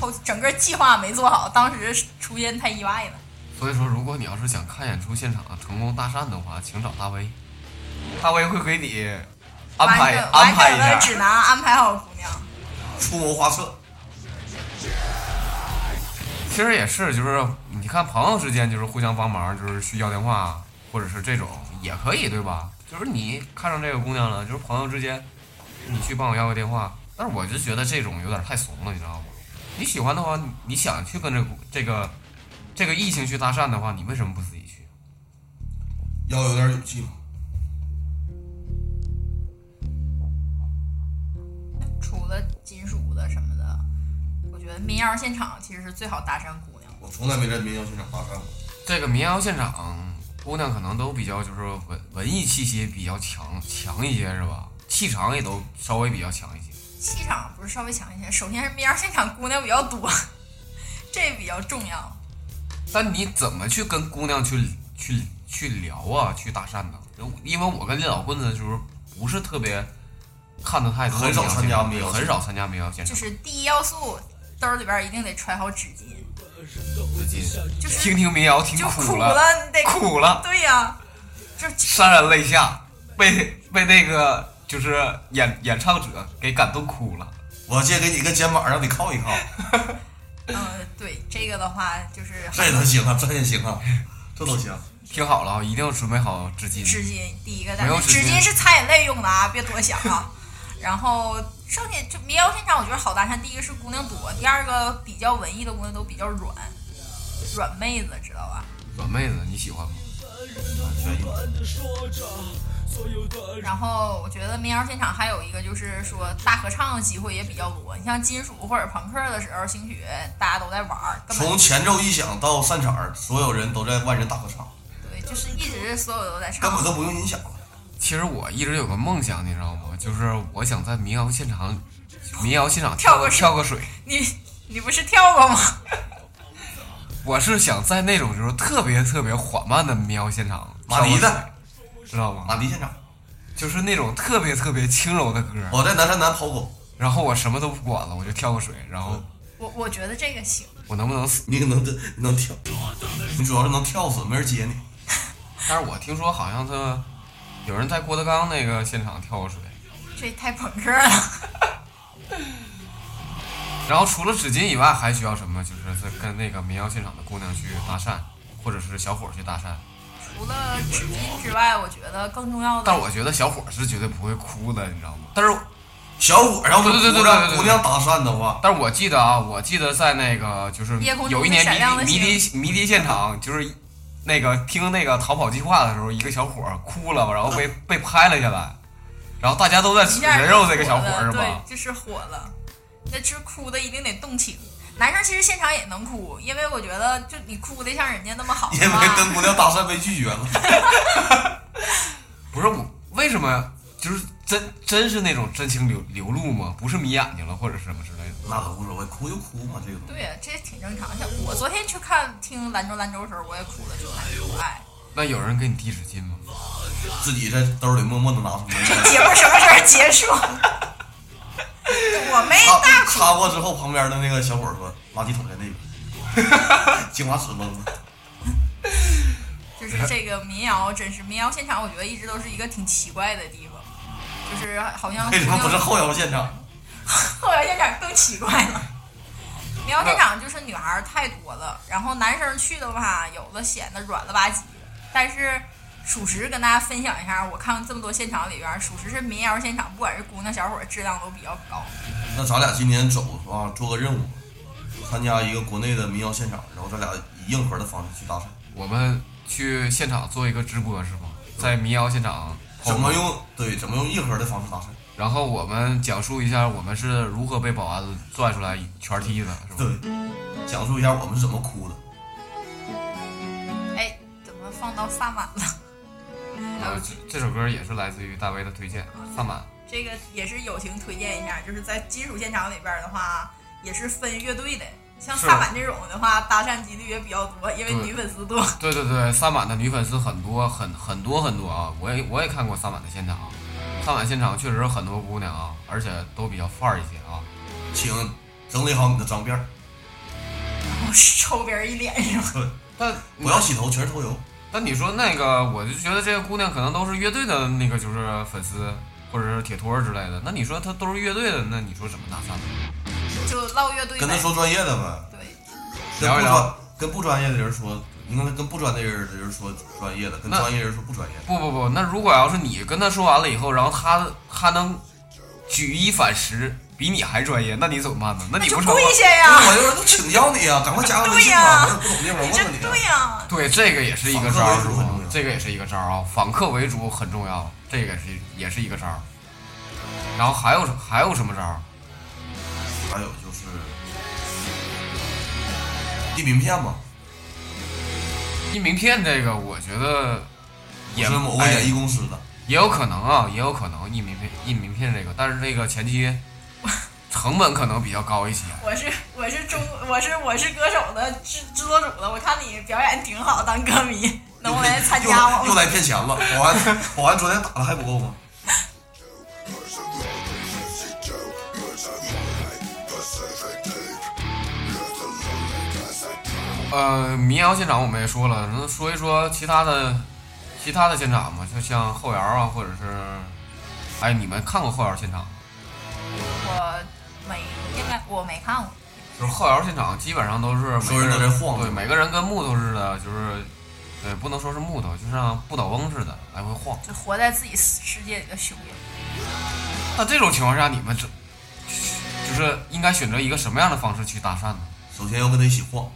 Speaker 2: 后整个计划没做好，当时出现太意外了。
Speaker 1: 所以说，如果你要是想看演出现场成功搭讪的话，请找大威，大威会给你安排啊
Speaker 2: 完整
Speaker 1: 安排
Speaker 2: 完整的
Speaker 1: 一
Speaker 2: 指
Speaker 1: 下。
Speaker 2: 南，安排好姑娘。
Speaker 3: 出谋划策。
Speaker 1: 其实也是，就是你看朋友之间就是互相帮忙，就是去要电话或者是这种也可以，对吧？就是你看上这个姑娘了，就是朋友之间，你去帮我要个电话。但是我就觉得这种有点太怂了，你知道吗？你喜欢的话，你你想去跟这个这个这个异性去搭讪的话，你为什么不自己去？
Speaker 3: 要有点勇气嘛。
Speaker 2: 除了金属的什么的，我觉得民谣现场其实是最好搭讪姑娘。
Speaker 3: 我从来没在民谣现场搭讪过。
Speaker 1: 这个民谣现场，姑娘可能都比较就是文文艺气息比较强强一些，是吧？气场也都稍微比较强一些。
Speaker 2: 气场不是稍微强一些，首先是民谣现场姑娘比较多， (laughs) 这比较重要。
Speaker 1: 但你怎么去跟姑娘去去去聊啊，去搭讪呢？因为我跟李老棍子就是不是特别看的太多，
Speaker 3: 很少参加民谣
Speaker 1: 很少参加民谣现
Speaker 2: 就
Speaker 1: 场。
Speaker 2: 是第一要素，兜里边一定得揣好纸巾，
Speaker 1: 最近
Speaker 2: 就是
Speaker 1: 听听民谣，听
Speaker 2: 就
Speaker 1: 苦
Speaker 2: 了，
Speaker 1: 了，
Speaker 2: 你得
Speaker 1: 苦了，
Speaker 2: 对呀、就
Speaker 1: 潸然泪下，被被那个就是演演唱者给感动哭了。
Speaker 3: 我借给你个肩膀，让你靠一靠，
Speaker 2: 嗯、对这个的话就是
Speaker 3: 这都行啊，这也行啊，这都行。
Speaker 1: 听好了啊，一定要准备好纸巾。
Speaker 2: 纸巾第一个
Speaker 1: 没
Speaker 2: 单
Speaker 1: 有
Speaker 2: 位，
Speaker 1: 纸
Speaker 2: 纸
Speaker 1: 巾
Speaker 2: 巾是擦眼泪用的啊，别多想啊。然后剩下就民谣现场，我觉得好搭讪，第一个是姑娘多，第二个比较文艺的姑娘都比较软，软妹子知道吧？
Speaker 1: 软妹子你喜欢吗？
Speaker 3: 全有
Speaker 2: 然后我觉得民谣现场还有一个就是说大合唱的机会也比较多，你像金属或者朋克的时候，兴许大家都在玩儿，根本
Speaker 3: 从前奏一响到散场，所有人都在万人大合唱，
Speaker 2: 对，就是一直所有都在
Speaker 3: 根
Speaker 2: 唱
Speaker 3: 本。都不用音响了。
Speaker 1: 其实我一直有个梦想，你知道吗？就是我想在民谣现场，民谣现场
Speaker 2: 跳
Speaker 1: 个
Speaker 2: 个
Speaker 1: 跳个水。
Speaker 2: 你你不是跳过吗？
Speaker 1: 我是想在那种就是特别特别缓慢的民谣现场，
Speaker 3: 马迪
Speaker 1: 跳个
Speaker 3: 的
Speaker 1: 水，知道吗？
Speaker 3: 马迪现场，
Speaker 1: 就是那种特别特别轻柔的歌，
Speaker 3: 我在南山南跑过，
Speaker 1: 然后我什么都不管了，我就跳个水，然后
Speaker 2: 我我觉得这个行，
Speaker 1: 我能不能死？
Speaker 3: 你可能你能跳，你主要是能跳死，没人接你。
Speaker 1: 但是我听说好像他有人在郭德纲那个现场跳过水，
Speaker 2: 这太朋克了。
Speaker 1: 然后除了纸巾以外，还需要什么？就是在跟那个民谣现场的姑娘去搭讪，或者是小伙儿去搭讪。
Speaker 2: 除了纸巾之外，我觉得更重要的
Speaker 1: 但我觉得小伙儿是绝对不会哭的，你知道吗？但是，
Speaker 3: 小伙儿要是
Speaker 1: 对对对对
Speaker 3: 不
Speaker 1: 对对
Speaker 3: 让
Speaker 1: 对
Speaker 3: 姑娘搭讪的话，
Speaker 1: 但是我记得啊，我记得在那个就是
Speaker 2: 夜空中
Speaker 1: 有一年
Speaker 2: 闪亮的
Speaker 1: 迷
Speaker 2: 星
Speaker 1: 迷笛迷笛现场，就是那个听那个逃跑计划的时候，一个小伙儿哭了，然后被被拍了下来，然后大家都在
Speaker 2: 一
Speaker 1: 指
Speaker 2: 下
Speaker 1: 人肉这个小伙儿
Speaker 2: 就火了
Speaker 1: 是吧？
Speaker 2: 对，就是火了。那这哭的一定得动情，男生其实现场也能哭，因为我觉得就你哭的像人家那么好
Speaker 3: 因为跟
Speaker 2: 嘛。
Speaker 3: 姑娘搭讪被拒绝了。
Speaker 1: 不是我为什么就是真真是那种真情流流露吗？不是迷眼睛了或者是什么之类的。
Speaker 3: 那都无所谓，哭就哭嘛，这个东西。
Speaker 2: 对，这挺正常的。我昨天去看听兰州兰州的时候，我也哭了，就感觉可爱。
Speaker 1: 那有人给你递纸巾吗？
Speaker 3: 自己在兜里默默的拿出来。
Speaker 2: 节目什么时候结束？ (laughs) 我没
Speaker 3: 擦
Speaker 2: 大哭，
Speaker 1: 哎
Speaker 3: 擦过之后，旁边的那个小伙儿说：“垃圾桶在那边。 (laughs) 金华纸扔了。
Speaker 2: 就是这个民谣，真是民谣现场，我觉得一直都是一个挺奇怪的地方，就是好
Speaker 1: 啊
Speaker 2: 像
Speaker 3: 那你们不是后摇现场？
Speaker 2: 后摇现场更奇怪 (laughs) 了。民谣现场就是女孩儿太多了，然后男生去的话，有的显得软了吧唧。但是属实跟大家分享一下，我看这么多现场里边儿，属实是民谣现场，不管是姑娘小伙儿，质量都比较高。
Speaker 3: 那咱俩今年走啊，做个任务，参加一个国内的民谣现场，然后咱俩以硬核的方式去搭讪，
Speaker 1: 我们去现场做一个直播是吗？在民谣现场跑
Speaker 3: 怎么
Speaker 1: 步
Speaker 3: 用对怎么用硬核的方式搭讪？
Speaker 1: 然后我们讲述一下我们是如何被保安拽出来全踢的，是吧？
Speaker 3: 对，讲述一下我们是怎么哭的。
Speaker 2: 哎，怎么放到萨满了？
Speaker 1: 呃，这这首歌也是来自于大卫的推荐，萨满。
Speaker 2: (laughs) 这个也是友情推荐一下，就是在金属现场里边儿的话，也是分乐队的。像
Speaker 1: 是
Speaker 2: 萨满这种的话，搭讪几率也比较多，因为女粉丝多。
Speaker 1: 对对对，萨满的女粉丝很多，很很多很多啊！我也我也看过萨满的现场，啊萨满现场确实有很多姑娘啊，而且都比较范儿一些啊。
Speaker 3: 请整理好你的脏辫儿，
Speaker 2: 然后抽别人一脸是吧？
Speaker 1: 但
Speaker 3: 不要洗头，全是头油。
Speaker 1: 但你说那个，我就觉得这个姑娘可能都是乐队的那个，就是粉丝或者是铁托儿之类的。那你说她都是乐队的，那你说怎么搭讪呢？
Speaker 2: (laughs) 就唠乐队呗。
Speaker 3: 跟他说专业的呗，
Speaker 2: 对，
Speaker 3: 跟
Speaker 1: 聊
Speaker 3: 不
Speaker 1: 一
Speaker 3: 专
Speaker 1: 聊
Speaker 3: 跟不专业的人说，你看跟不专业的人的人说专业的，跟
Speaker 1: 那
Speaker 3: 专业人说不专业的。
Speaker 1: 不不不，那如果要是你跟她说完了以后，然后她她能举一反十，比你还专业，那你怎么办呢？那你
Speaker 2: 就
Speaker 1: 不成
Speaker 2: 跪
Speaker 1: 吗？
Speaker 2: 下呀
Speaker 3: 那！我就都请教你啊，赶快加个微信吧，我也不懂地方，我
Speaker 2: 你
Speaker 3: 问
Speaker 2: 这
Speaker 3: 问你啊。
Speaker 2: 对
Speaker 1: 对，
Speaker 2: 呀、
Speaker 1: 这个也是一个招
Speaker 3: 访
Speaker 1: 儿，
Speaker 3: 客
Speaker 1: 是
Speaker 3: 为主
Speaker 1: 吧
Speaker 3: 很重要
Speaker 1: 这个也是一个招儿啊，访客为主很重要，这个也是也是一个招儿。然后还有还有什么招儿？
Speaker 3: 还有就是递名片嘛，
Speaker 1: 印名片这个，我觉得也
Speaker 3: 也是某个
Speaker 1: 哎
Speaker 3: 演艺公司的，
Speaker 1: 也有可能啊，也有可能印名片印名片这个，但是这个前期成本可能比较高一些。
Speaker 2: 我是我是中我是我是歌手的制制作组的，我看你表演挺好，当歌迷，能不能来参
Speaker 3: 又
Speaker 2: 加
Speaker 3: 来又
Speaker 2: 我？
Speaker 3: 来骗钱了。保安保安昨天打的还不够吗？
Speaker 1: 呃，民谣现场我们也说了，那说一说其他的其他的现场吧，就像后摇啊，或者是哎，你们看过后摇现场吗？
Speaker 2: 我没，应该我没看过。
Speaker 1: 就是后摇现场基本上都是每
Speaker 3: 所有
Speaker 1: 个
Speaker 3: 人
Speaker 1: 人
Speaker 3: 都在晃
Speaker 1: 对，每个人跟木头似的，就是呃，不能说是木头，就像不倒翁似的来回晃。
Speaker 2: 就活在自己世界里的熊人。
Speaker 1: 那这种情况下，你们这就是应该选择一个什么样的方式去搭讪呢？
Speaker 3: 首先要跟他一起晃，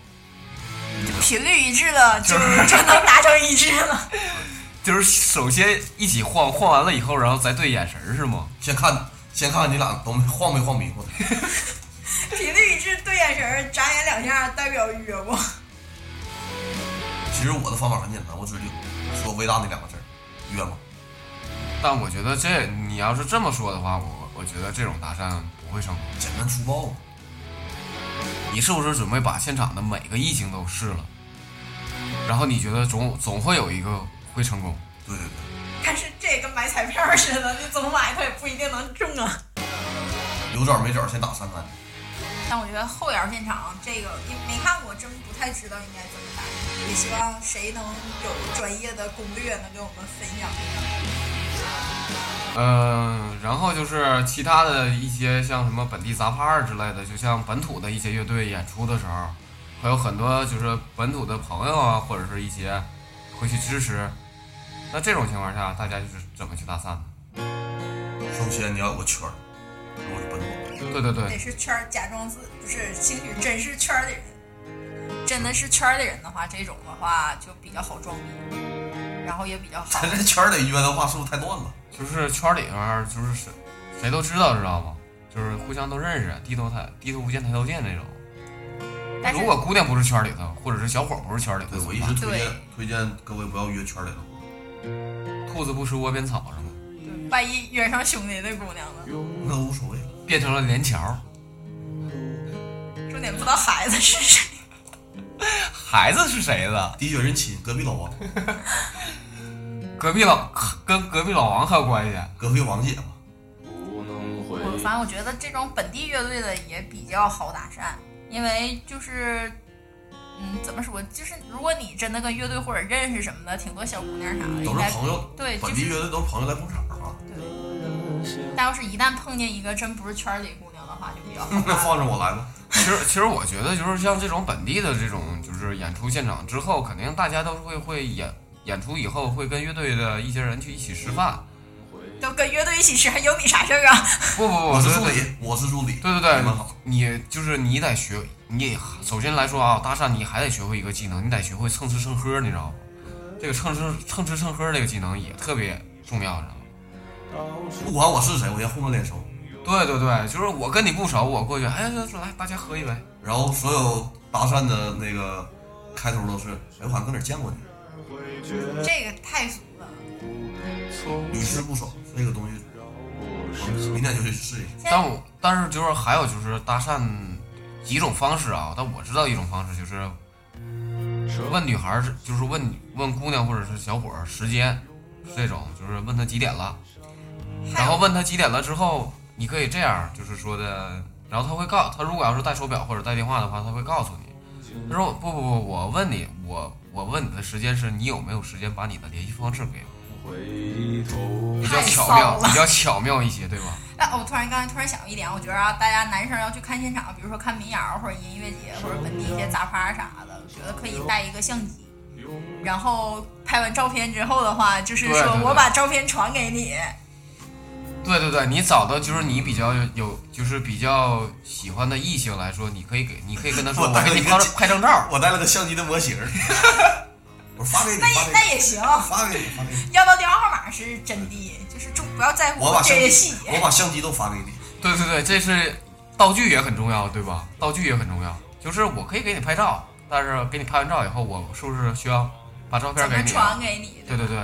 Speaker 2: 频率一致了，就就能达成一致了。 (laughs)
Speaker 1: 就是首先一起晃晃完了以后，然后再对眼神儿是吗？
Speaker 3: 先看先看你俩都没晃没晃迷糊的。
Speaker 2: 频率一致，对眼神儿，眨眼两下，代表约过。
Speaker 3: 其实我的方法很简单，我只是说“伟大”那两个字儿，约吗？
Speaker 1: 但我觉得这你要是这么说的话，我我觉得这种搭讪不会成功。
Speaker 3: 简单粗暴嘛。
Speaker 1: 你是不是准备把现场的每个异性都试了？然后你觉得总总会有一个会成功？
Speaker 3: 对对
Speaker 2: (laughs)
Speaker 3: 对，
Speaker 2: 但是这也跟买彩票似的，你总买它也不一定能中啊。
Speaker 3: 有枣没枣先打三单。
Speaker 2: 但我觉得后摇现场这个，因为没看过，真不太知道应该怎么打。也希望谁能有专业的攻略能给我们分享一下。
Speaker 1: 嗯、然后就是其他的一些像什么本地杂派之类的，就像本土的一些乐队演出的时候，还有很多就是本土的朋友啊，或者是一些会去支持。那这种情况下，大家就是怎么去搭讪呢？
Speaker 3: 首先你要有个圈儿，然后就奔 (laughs) 我。
Speaker 1: 对对
Speaker 2: 得
Speaker 1: 对，
Speaker 2: 是圈儿假装自不是，兴许真是圈儿里人，真的是圈儿里人的话，这种的话就比较好装逼，然后也比较
Speaker 3: (laughs)
Speaker 2: 好
Speaker 3: 咱这圈儿里约的话，是不是太乱了？
Speaker 1: 就是圈里边儿就是谁谁都知道，知道吗？就是互相都认识，低头抬低头不见抬头见这种。
Speaker 2: 但是
Speaker 1: 如果姑娘不是圈里头，或者是小伙不是圈里头，
Speaker 3: 对，我一
Speaker 1: 怎
Speaker 3: 直
Speaker 1: 么
Speaker 3: 推
Speaker 2: 对
Speaker 3: 荐推荐各位不要约圈儿里的。
Speaker 1: 办兔子不吃窝边草是吗？
Speaker 2: 万一约上兄弟的姑娘呢？
Speaker 3: 那无所谓。
Speaker 1: 变成了连桥。
Speaker 2: 重点不知道孩子是谁。
Speaker 1: 孩子是谁的？
Speaker 3: 滴血认亲，隔壁老王，
Speaker 1: 隔壁老 (laughs) 跟隔壁老王还有
Speaker 3: (laughs)
Speaker 1: 关系？
Speaker 3: 隔壁王姐嘛。
Speaker 2: 我反正我觉得这种本地乐队的也比较好搭讪，因为就是嗯，怎么说？就是如果你真的跟乐队或者认识什么的，挺多小姑娘啥的，
Speaker 3: 都
Speaker 2: 应
Speaker 3: 是
Speaker 2: 该
Speaker 3: 朋友，
Speaker 2: 哎对，就
Speaker 3: 本地
Speaker 2: 是
Speaker 3: 乐队都是朋友来捧场啊。
Speaker 2: 对。但要是一旦碰见一个真不是圈里姑娘的话，就
Speaker 3: (laughs)
Speaker 2: 比较好
Speaker 3: 那
Speaker 2: 办
Speaker 3: 放
Speaker 2: 了。
Speaker 3: 着我来吧，
Speaker 1: 其实，其实我觉得就是像这种本地的这种就是演出现场之后，肯定大家都是会会演演出以后会跟乐队的一些人去一起吃饭。
Speaker 2: 都跟乐队一起吃，还有你啥事儿啊？ (laughs)
Speaker 1: 不不不，
Speaker 3: 我是
Speaker 1: 对
Speaker 3: 助
Speaker 1: 对
Speaker 3: 理，我是助理。
Speaker 1: 对对
Speaker 3: 你们好
Speaker 1: 对，你就是你得学，你首先来说啊，搭讪你还得学会一个技能，你得学会蹭吃蹭喝，你知道吗？这个蹭吃蹭吃蹭喝这个技能也特别重要，你知道吗？
Speaker 3: 不管我是谁，我先混个脸熟。
Speaker 1: 对对对，就是我跟你不熟，我过去，哎，来大家喝一杯，
Speaker 3: 然后所有搭讪的那个开头都是，哎，我好像搁哪儿见过你，
Speaker 2: 这个太俗了。
Speaker 3: 屡试不爽。这个东西，我明天就去试一试。
Speaker 1: 但我但是就是还有就是搭讪几种方式啊，但我知道一种方式就是呃问女孩儿是，就是问问姑娘或者是小伙儿时间，是这种就是问她几点了，
Speaker 2: 还
Speaker 1: 然后
Speaker 2: 有
Speaker 1: 问她几点了之后，你可以这样就是说的，然后她会告她如果要是戴手表或者带电话的话，她会告诉你。她说不不不，我问你，我我问你的时间是你有没有时间把你的联系方式给我，比较
Speaker 2: 太
Speaker 1: 巧
Speaker 2: 骚
Speaker 1: 妙，
Speaker 2: 了
Speaker 1: 比较巧妙一些，对吧？
Speaker 2: 哎，我突然刚才突然想到一点，我觉得啊，大家男生要去看现场，比如说看民谣或者音乐节或者本地一些杂趴啥的，我觉得可以带一个相机，然后拍完照片之后的话，就是
Speaker 1: 对对
Speaker 2: 说
Speaker 1: 对
Speaker 2: 我把照片传给你，
Speaker 1: 对对对，你找到就是你比较有，就是比较喜欢的异性来说，你可以给，你可以跟他说，
Speaker 3: 我带
Speaker 1: 我
Speaker 3: 了
Speaker 1: 给你
Speaker 3: 一个
Speaker 1: 拍
Speaker 3: 镜
Speaker 1: 拍张照。
Speaker 3: 我带了个相机的模型儿，我说发给你，
Speaker 2: 那
Speaker 3: 发
Speaker 2: 也
Speaker 3: 给
Speaker 2: 那
Speaker 3: 你，
Speaker 2: 也行。
Speaker 3: 发给你，发给你。
Speaker 2: 要不然电话号码是真的，就是重不要在乎
Speaker 3: 我把
Speaker 2: 这
Speaker 3: 相
Speaker 2: 些
Speaker 3: 机
Speaker 2: 细，节。
Speaker 3: 我把相机都发给你。
Speaker 1: 对对对，这是道具也很重要，对吧？道具也很重要，就是我可以给你拍照，但是给你拍完照以后，我是不是需要把照片
Speaker 2: 怎
Speaker 1: 给
Speaker 2: 么
Speaker 1: 你？
Speaker 2: 传给你？
Speaker 1: 对对对，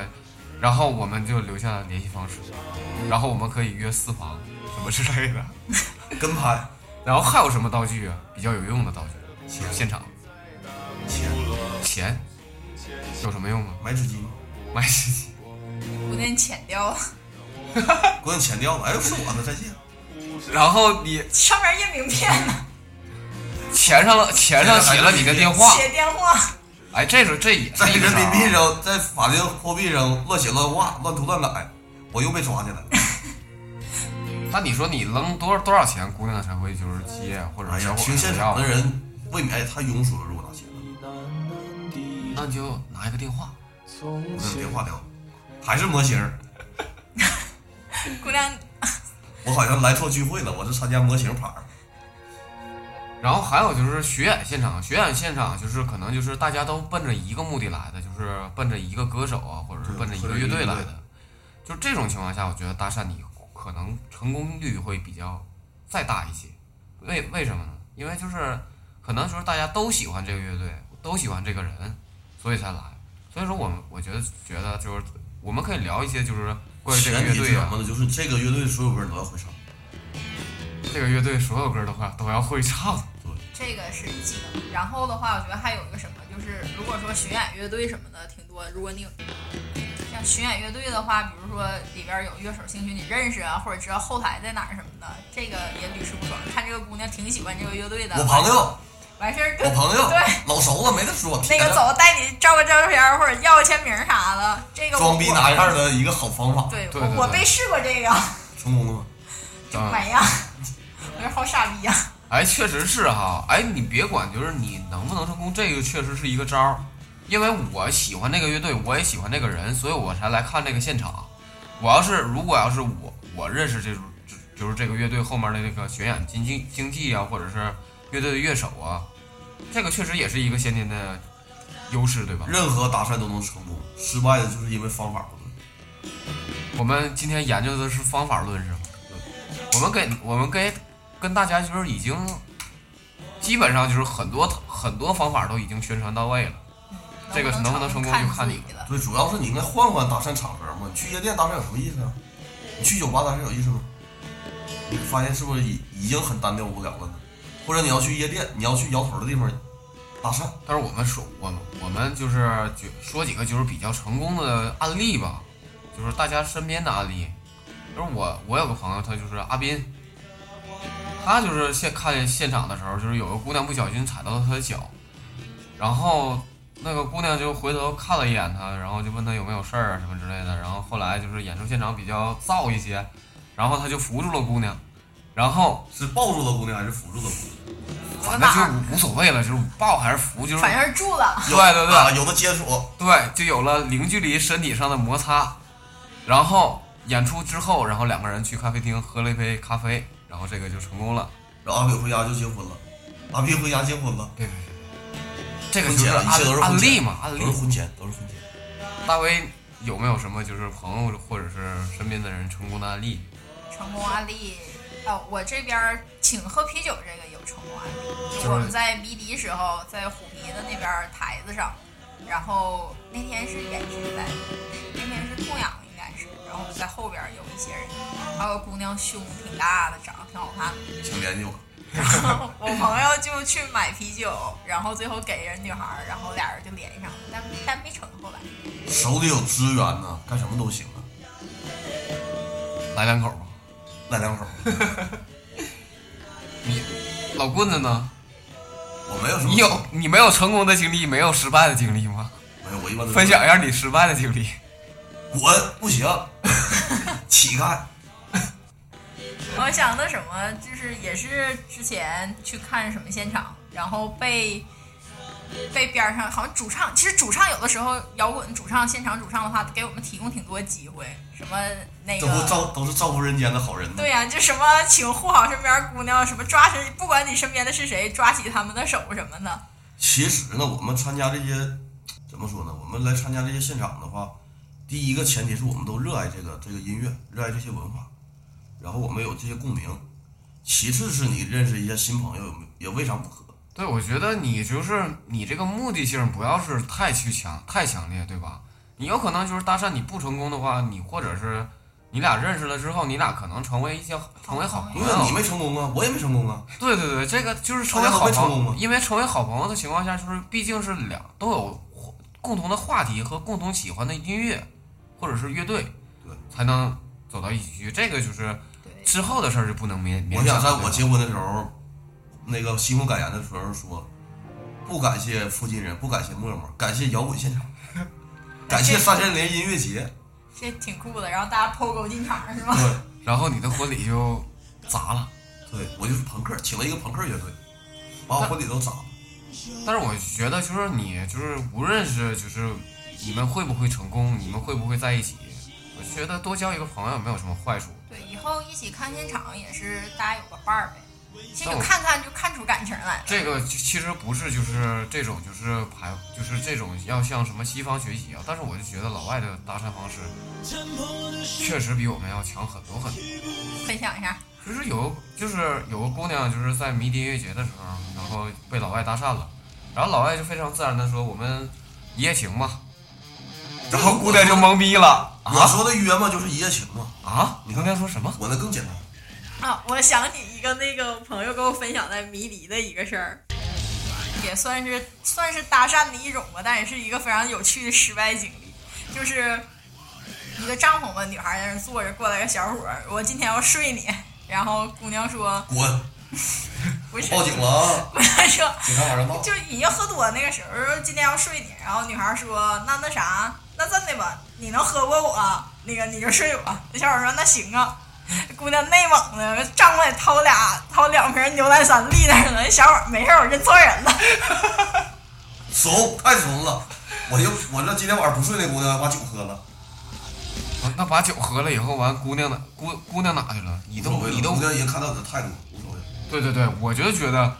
Speaker 1: 然后我们就留下联系方式，然后我们可以约私房什么之类的。 (laughs)
Speaker 3: 跟拍，
Speaker 1: 然后还有什么道具啊？比较有用的道具，现现场
Speaker 3: 钱
Speaker 1: 钱有什么用啊？
Speaker 3: 买纸巾，
Speaker 1: 买纸巾。
Speaker 2: 姑娘剪掉，
Speaker 3: 姑娘钱掉了，哎，是我的，再见。
Speaker 1: 然后你
Speaker 2: 上面印名片呢，
Speaker 1: 钱上了，钱上写了你的电话，
Speaker 2: 写电话。
Speaker 1: 哎，这是这也
Speaker 3: 在
Speaker 1: 是一个
Speaker 3: 人
Speaker 1: 招
Speaker 3: 民
Speaker 1: 儿啊
Speaker 3: 币上，在法定货币上乱写乱画、乱涂乱改，我又被抓起来了。
Speaker 1: 那你说你扔多少多少钱，姑娘才会就是接，或者
Speaker 3: 哎
Speaker 1: 小
Speaker 3: 呀，
Speaker 1: 伙
Speaker 3: 听
Speaker 1: 子
Speaker 3: 现
Speaker 1: 才
Speaker 3: 场
Speaker 1: 要
Speaker 3: 的？人未免太庸俗了，如果拿钱了，
Speaker 1: 那你就拿一个电话，
Speaker 3: 我跟电话聊，还是模型儿。
Speaker 2: 姑娘，
Speaker 3: 我好像来错聚会了，我是参加模型牌儿。
Speaker 1: 然后还有就是巡演现场，巡演现场就是可能就是大家都奔着一个目的来的，就是奔着一个歌手啊，或者是
Speaker 3: 对
Speaker 1: 奔着一
Speaker 3: 或
Speaker 1: 个
Speaker 3: 者
Speaker 1: 乐
Speaker 3: 一个
Speaker 1: 队来
Speaker 3: 乐队
Speaker 1: 的。就这种情况下，我觉得搭讪你可能成功率会比较再大一些。为为什么呢？因为就是可能就是大家都喜欢这个乐队，都喜欢这个人，所以才来。所以说我们我觉得觉得就是我们可以聊一些就是关于这个
Speaker 3: 前
Speaker 1: 乐
Speaker 3: 提是
Speaker 1: 队
Speaker 3: 什
Speaker 1: 啊
Speaker 3: 么，呢？就是这个乐队所有歌你都要会唱。
Speaker 1: 这个乐队所有歌的话都要会唱。
Speaker 2: 这个是技能。然后的话，我觉得还有一个什么，就是如果说巡演乐队什么的挺多，如果你有像巡演乐队的话，比如说里边有乐手兴许你认识啊，或者知道后台在哪儿什么的，这个也屡试不爽。看这个姑娘挺喜欢这个乐队的，哎
Speaker 3: 我朋友，
Speaker 2: 完事儿
Speaker 3: 我朋友
Speaker 2: 对。
Speaker 3: 老熟了，没得说。
Speaker 2: 那个走带你照个照片儿或者要个签名儿啥的，这个我
Speaker 3: 装逼拿样儿的一个好方法，
Speaker 2: 对，
Speaker 1: 对
Speaker 2: 我
Speaker 1: 对
Speaker 2: 我
Speaker 1: 对
Speaker 2: 被试过这个，
Speaker 3: 成功了吗？
Speaker 2: 就
Speaker 3: 啊
Speaker 1: 嗯
Speaker 2: 没呀， (laughs) 我说好傻逼啊呀、
Speaker 1: 哎，确实是哈。哎，你别管，就是你能不能成功，这个确实是一个招儿。因为我喜欢这个乐队，我也喜欢这个人，所以我才来看这个现场。我要是如果要是我我认识这种就就是这个乐队后面的那个巡演经济经济啊，或者是乐队的乐手啊，这个确实也是一个先天的优势，对吧？
Speaker 3: 任何搭讪都能成功，失败的就是因为方法不对。
Speaker 1: 我们今天研究的是方法论，是吗？我们给我们给跟大家就是已经基本上就是很多很多方法都已经宣传到位了。这个能不能成功就看
Speaker 2: 看
Speaker 1: 你
Speaker 2: 自己了。
Speaker 3: 对，主要是你应该换换搭讪场合嘛。你去夜店搭讪有什么意思啊？你去酒吧搭讪有意思吗？你发现是不是已已经很单调无聊了呢？或者你要去夜店，你要去摇头的地方搭讪，
Speaker 1: 但是我们说，我们我们就是举说几个就是比较成功的案例吧，就是大家身边的案例。就是我我有个朋友，他就是阿斌，他就是现看见现场的时候，就是有个姑娘不小心踩到了他的脚，然然后那个姑娘就回头看了一眼他，然后就问他有没有事儿啊什么之类的。然后后来就是演出现场比较燥一些，然后他就扶住了姑娘，然后
Speaker 3: 是抱住的姑娘还是扶住的姑娘？
Speaker 2: 我
Speaker 1: 反正
Speaker 2: 哪
Speaker 1: 就
Speaker 2: 儿
Speaker 1: 是无所谓了，就是抱还是扶，就是
Speaker 2: 反正是住了，
Speaker 3: 有
Speaker 1: 对对对
Speaker 3: 啊有的接触，
Speaker 1: 对，就有了零距离身体上的摩擦。然后演出之后，然后两个人去咖啡厅喝了一杯咖啡，然后这个就成功了。
Speaker 3: 然后阿炳回家就结婚了，啊阿炳回家结婚了，
Speaker 1: 对对对，这个
Speaker 3: 婚
Speaker 1: 就是
Speaker 3: 前啊，一切都
Speaker 1: 案
Speaker 3: 是婚
Speaker 1: 案
Speaker 3: 前
Speaker 1: 例嘛，案例
Speaker 3: 都是。婚前，都是婚前。
Speaker 1: 大威有没有什么就是朋友或者是身边的人成功的案例？
Speaker 2: 成功案例。哦，我这边儿请喝啤酒这个有成功案例，
Speaker 1: 就是
Speaker 2: 就我们在迷笛时候，在虎皮的那边儿台子上，然后那天是演谁来着？那天是痛痒应该是，然后我们在后边儿有一些人，还有个姑娘胸挺大的，长得挺好看的，
Speaker 3: 请联系我。
Speaker 2: 我朋友就去买啤酒，然后最后给人女孩儿，然后俩人就联系上了，但但没成。后来
Speaker 3: 手里有资源呢，干什么都行啊，
Speaker 1: 来两口吧。
Speaker 3: 赖两口。
Speaker 1: 你老棍子呢？
Speaker 3: 我没有什么，
Speaker 1: 你有你没有成功的经历，没有失败的经历吗？
Speaker 3: 没有？我一般都是
Speaker 1: 分享一下你失败的经历。
Speaker 3: 滚，
Speaker 1: (laughs)
Speaker 3: 不行，乞丐。
Speaker 2: 我想那什么，就是也是之前去看什么现场，然后被被边儿上好像主唱，其实主唱有的时候摇滚主唱现场主唱的话，给我们提供挺多机会，什么那
Speaker 3: 这不
Speaker 2: 个。
Speaker 3: 造都是造福人间的好人吗？
Speaker 2: 对呀、啊就什么请护好身边姑娘，什么抓谁，不管你身边的是谁，抓起他们的手什么的。
Speaker 3: 其实呢，我们参加这些，怎么说呢？我们来参加这些现场的话，第一个前提是我们都热爱这个这个音乐，热爱这些文化，然后我们有这些共鸣。其次是你认识一些新朋友，有没有也未尝不可。
Speaker 1: 对，我觉得你就是你这个目的性不要是太去强太强烈，对吧？你有可能就是搭讪你不成功的话，你或者是你俩认识了之后，你俩可能成为一些成为好朋
Speaker 3: 因
Speaker 1: 友
Speaker 3: 为。你没成功啊，我也没成功啊，
Speaker 1: 对对对，这个就是成为
Speaker 3: 大家都
Speaker 1: 好
Speaker 3: 没成
Speaker 1: 朋
Speaker 3: 功
Speaker 1: 友
Speaker 3: 吗，
Speaker 1: 因为成为好朋友的情况下，就是毕竟是两都有共同的话题和共同喜欢的音乐或者是乐队，
Speaker 3: 对，
Speaker 1: 才能走到一起去。这个就是
Speaker 2: 对，
Speaker 1: 之后的事儿就不能勉
Speaker 3: 我
Speaker 1: 勉
Speaker 3: 想
Speaker 1: 强。
Speaker 3: 在我结婚的时候，那个新婚感言的时候说，不感谢附近人，不感谢陌陌，感谢摇滚现场，感谢三千林音乐节。
Speaker 2: 这挺酷的。然后大家 POGO 进场是吗？
Speaker 3: 对，
Speaker 1: 然后你的婚礼
Speaker 3: (laughs)
Speaker 1: 就砸了。
Speaker 3: 对我就是朋克，请了一个朋克乐队，把我婚礼都砸了。
Speaker 1: 但是我觉得，就是你，就是无论是就是你们会不会成功，你们会不会在一起，我觉得多交一个朋友没有什么坏处。
Speaker 2: 对，以后一起看现场也是大家有个伴儿呗。其实
Speaker 1: 那我
Speaker 2: 看看就看出感情来了。
Speaker 1: 这个其其实不是就是这种就是排就是这种要向什么西方学习啊，但是我就觉得老外的搭讪方式确实比我们要强很多很多。
Speaker 2: 分享一下，
Speaker 1: 就是有就是有个姑娘就是在迷笛音乐节的时候，然后被老外搭讪了，然后老外就非常自然的说我们一夜情嘛，然后姑娘就懵逼了
Speaker 3: 我说的约嘛，就是一夜情嘛。
Speaker 1: 啊！你刚才说什么？
Speaker 3: 我那更简单，
Speaker 2: 啊，我想起一个那个朋友跟我分享在迷离的一个事儿，也算是算是搭讪的一种吧，但也是一个非常有趣的失败经历。就是一个张红的女孩在那坐着，过来个小伙儿，我今天要睡你。然后姑娘说
Speaker 3: 滚，
Speaker 2: 不是，
Speaker 3: 报
Speaker 2: (laughs)
Speaker 3: 警了
Speaker 1: (laughs)
Speaker 3: 啊！
Speaker 2: 姑娘说
Speaker 3: 警察晚上到。
Speaker 2: 就已经喝多那个时候，今天要睡你。然后女孩说：“那那啥，那这么的吧，你能喝过我，那个你就睡我。”那小伙说：“那行啊。” (laughs) 姑娘内蒙的，张过来掏俩掏两瓶牛栏山立那儿了。那小伙没事儿，我认错人了。
Speaker 3: 怂，太怂了。我就我这今天晚上不睡那姑娘把酒喝了，
Speaker 1: 啊那把酒喝了以后，完姑娘哪姑姑娘哪去了？你都
Speaker 3: 无所谓了
Speaker 1: 你都
Speaker 3: 姑娘也看到你的态度，无所谓。
Speaker 1: 对对对，我就觉得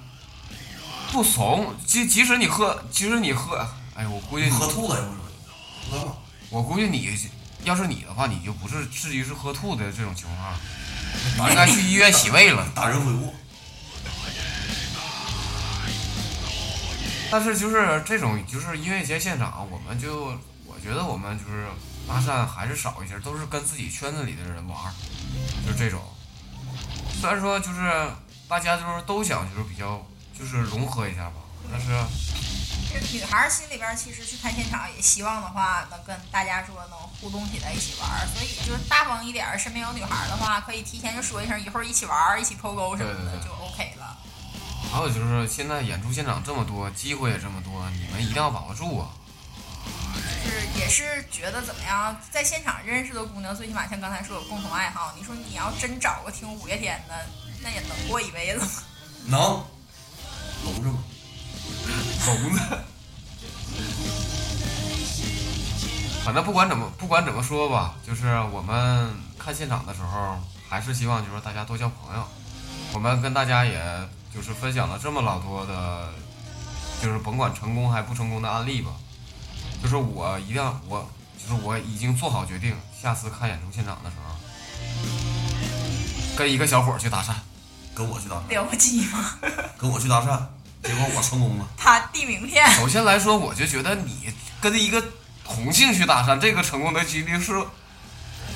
Speaker 1: 不怂，即即使你喝，即使你喝，哎，我估计你
Speaker 3: 喝吐了也无所谓，喝吧。
Speaker 1: 我估计你要是你的话，你就不是至于是喝吐的这种情
Speaker 3: (laughs)
Speaker 1: 况，你
Speaker 3: 打
Speaker 1: 应该去医院洗胃了。
Speaker 3: 打人回顾，
Speaker 1: 但是就是这种就是音乐节现场，我们就我觉得我们就是搭讪还是少一些，都是跟自己圈子里的人玩儿，就是这种。虽然说就是大家就是都想就是比较就是融合一下吧，但是
Speaker 2: 这女孩心里边其实去看现场也希望的话，能跟大家说能互动起来一起玩儿，所以就是大方一点儿。身边有女孩的话，可以提前就说一声，一会儿一起玩儿，一起 POGO 什么的
Speaker 1: 对对对
Speaker 2: 就 OK 了。
Speaker 1: 还有就是现在演出现场这么多，机会也这么多，你们一定要把握住啊！
Speaker 2: 就是也是觉得怎么样，在现场认识的姑娘，最起码像刚才说有共同爱好，你说你要真找个听五月天的，那也能过一辈子吗？ (laughs)
Speaker 3: 能聋着吗？
Speaker 1: 聋子。反正不管怎么不管怎么说吧，就是我们看现场的时候，还是希望就是说大家多交朋友。我们跟大家也就是分享了这么老多的，就是甭管成功还不成功的案例吧。就是我一定要我就是我已经做好决定，下次看演出现场的时候，跟一个小伙儿去搭讪。
Speaker 3: 跟我去搭讪，
Speaker 2: 了不起吗？
Speaker 3: 跟我去搭讪，结果我成功了。
Speaker 2: 他递名 (laughs) 片，
Speaker 1: 首先来说，我就觉得你跟一个同性去搭讪，这个成功的几率是，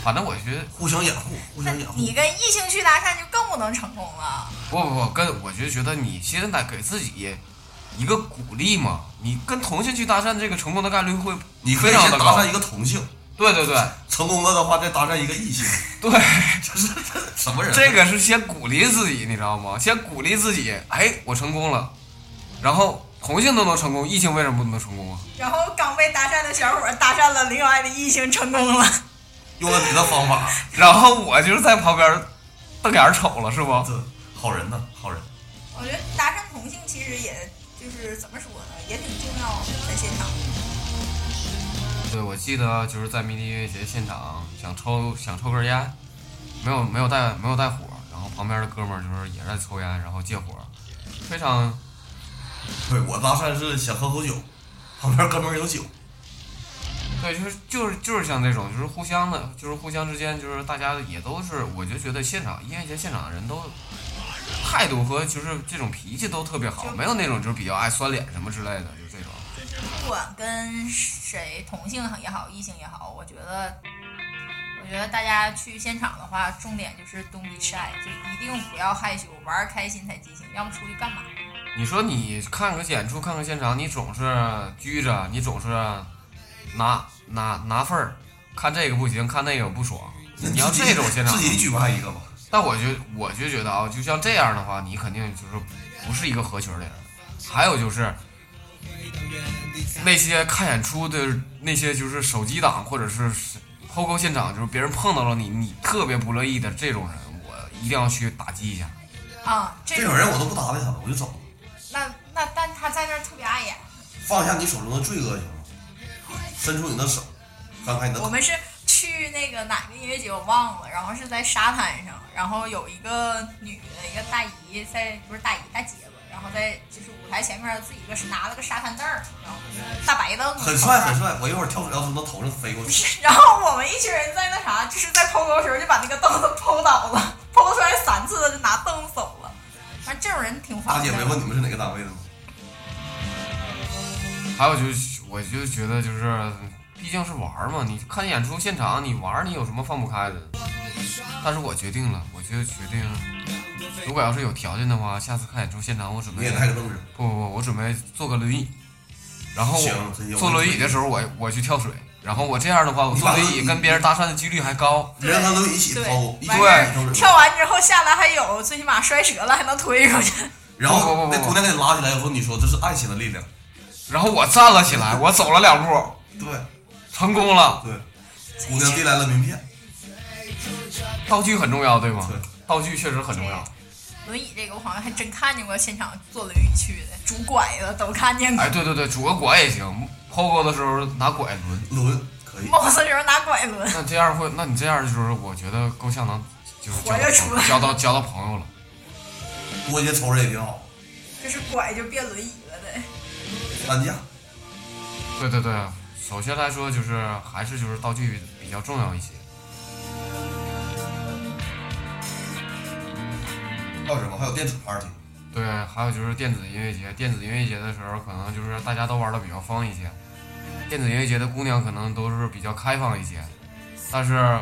Speaker 1: 反正我觉得
Speaker 3: 互相掩护，互相掩护。
Speaker 2: 你跟异性去搭讪就更不能成功了。
Speaker 1: 不不不，跟我就觉得你现在给自己一个鼓励嘛，你跟同性去搭讪，这个成功的概率会
Speaker 3: 你可
Speaker 1: 非
Speaker 3: 以
Speaker 1: 常
Speaker 3: 先
Speaker 1: 的
Speaker 3: 搭
Speaker 1: 高
Speaker 3: 讪。一个同性，
Speaker 1: 对
Speaker 3: (laughs)
Speaker 1: 对对
Speaker 3: 成功了的话再搭讪一个异性，
Speaker 1: 对，
Speaker 3: (laughs) 这是这是什么
Speaker 1: (laughs)
Speaker 3: 人？
Speaker 1: 这个是先鼓励自己，你知道吗？先鼓励自己，哎，我成功了，然后同性都能成功，异性为什么不能成功啊？
Speaker 2: 然后刚被搭讪的小伙搭讪了另外的异性，成功了。
Speaker 3: 用了你的方法，
Speaker 1: 然后我就是在旁边瞪眼儿瞅了，是不？
Speaker 3: 这好人呐，好人。
Speaker 2: 我觉得搭讪同性其实也就是怎么说呢，也挺重要，在现场。
Speaker 1: 对，我记得就是在迷笛音乐节现场，想抽想抽根烟，没有没有带没有带火，然后旁边的哥们儿就是也在抽烟，然后借火，非常
Speaker 3: 对我搭讪是想喝口酒，旁边哥们儿有酒，
Speaker 1: 对，就是就是就是像这种，就是互相的，就是互相之间，就是大家也都是，我就觉得现场音乐节现场的人都态度和就是这种脾气都特别好，没有那种就是比较爱酸脸什么之类的，就这种。
Speaker 2: 不管跟谁同性也好，异性也好，我觉得，我觉得大家去现场的话，重点就是 don't be shy，就一定不要害羞，玩儿开心才尽兴，要么出去干嘛？
Speaker 1: 你说你看个演出，看个现场，你总是拘着，你总是拿拿拿份儿，看这个不行，看那个不爽。 (laughs) 你要
Speaker 3: 自
Speaker 1: 这
Speaker 3: 己
Speaker 1: 种
Speaker 3: (laughs)
Speaker 1: 现场
Speaker 3: 自，己举办一个吧。
Speaker 1: 但我觉我就觉得啊，就像这样的话，你肯定就是不是一个合群的人。还有就是那些看演出的那些，就是手机党或者是后沟现场，就是别人碰到了你，你特别不乐意的这种人，我一定要去打击一下。
Speaker 2: 啊、这
Speaker 3: 这种人我都不搭理他了，我就走了。
Speaker 2: 那那但他在那儿特别碍眼。
Speaker 3: 放下你手中的罪恶行吗？伸出你的手，翻开你的
Speaker 2: 我
Speaker 3: 口。
Speaker 2: 们是去那个哪个音乐节我忘了，然后是在沙滩上，然后有一个女的，一个大姨在不是大姨大姐吧，然后在就是舞台前面自己一个是拿了个沙滩凳儿，然后就是大白凳，
Speaker 3: 很帅很。帅，我一会儿跳水要从他头上飞过去。
Speaker 2: (laughs) 然后我们一群人在那啥，就是在抛钩的时候就把那个凳子抛倒了，抛出来三次就拿凳子走了。反正这种人挺
Speaker 3: 大
Speaker 2: 烦
Speaker 3: 姐没
Speaker 2: 的。
Speaker 3: 问你们是哪个单位的吗？
Speaker 1: 还有就是，我就觉得就是，毕竟是玩儿嘛，你看演出现场，你玩儿你有什么放不开的？但是我决定了，我就决定，如果要是有条件的话，下次看演出现场，我准
Speaker 3: 你
Speaker 1: 备
Speaker 3: 也带个凳子，
Speaker 1: 不不不，我准备坐个轮椅，然后
Speaker 3: 行
Speaker 1: 我
Speaker 3: 真有
Speaker 1: 坐轮椅的时候我，我去跳水，然后我这样的话，我坐轮椅跟别人搭讪的几率还高。
Speaker 2: 对
Speaker 3: 人和轮椅一起
Speaker 2: 对
Speaker 3: 抛，一起
Speaker 1: 对
Speaker 3: 扔人
Speaker 2: 跳完之后下来还有，最起码摔折了还能推出去。 (laughs)
Speaker 3: 然
Speaker 1: 不
Speaker 3: 后
Speaker 1: 不不
Speaker 3: 那
Speaker 1: 不
Speaker 3: 姑娘给你拉起来以后，你说这是爱情的力量。
Speaker 1: 然后我站了起来，我走了两步，
Speaker 3: 对
Speaker 1: 成功了。
Speaker 3: 对，姑娘递来了名片，
Speaker 1: 道具很重要，对吗
Speaker 3: 对？
Speaker 1: 道具确实很重要。
Speaker 2: 轮椅这个，我好像还真看见过现场坐轮椅去的，拄拐子都看见过 (laughs)
Speaker 1: 哎，。对对对，拄个拐也行，抛高的时候拿拐抡。
Speaker 3: 轮可以。
Speaker 2: 冒死时候拿拐轮，
Speaker 1: 那这样会，那你这样就是我觉得够呛能，就是交
Speaker 2: 活着出来
Speaker 1: 交到交到朋友了。
Speaker 3: 多一些仇人也挺好，
Speaker 2: 就是拐就变轮椅了的。
Speaker 3: 单价。
Speaker 1: 对对对，首先来说就是还是就是道具比较重要一些。
Speaker 3: 还有什么？还有电子 party，
Speaker 1: 对，还有就是电子音乐节，电子音乐节的时候可能就是大家都玩的比较疯一些，电子音乐节的姑娘可能都是比较开放一些，但是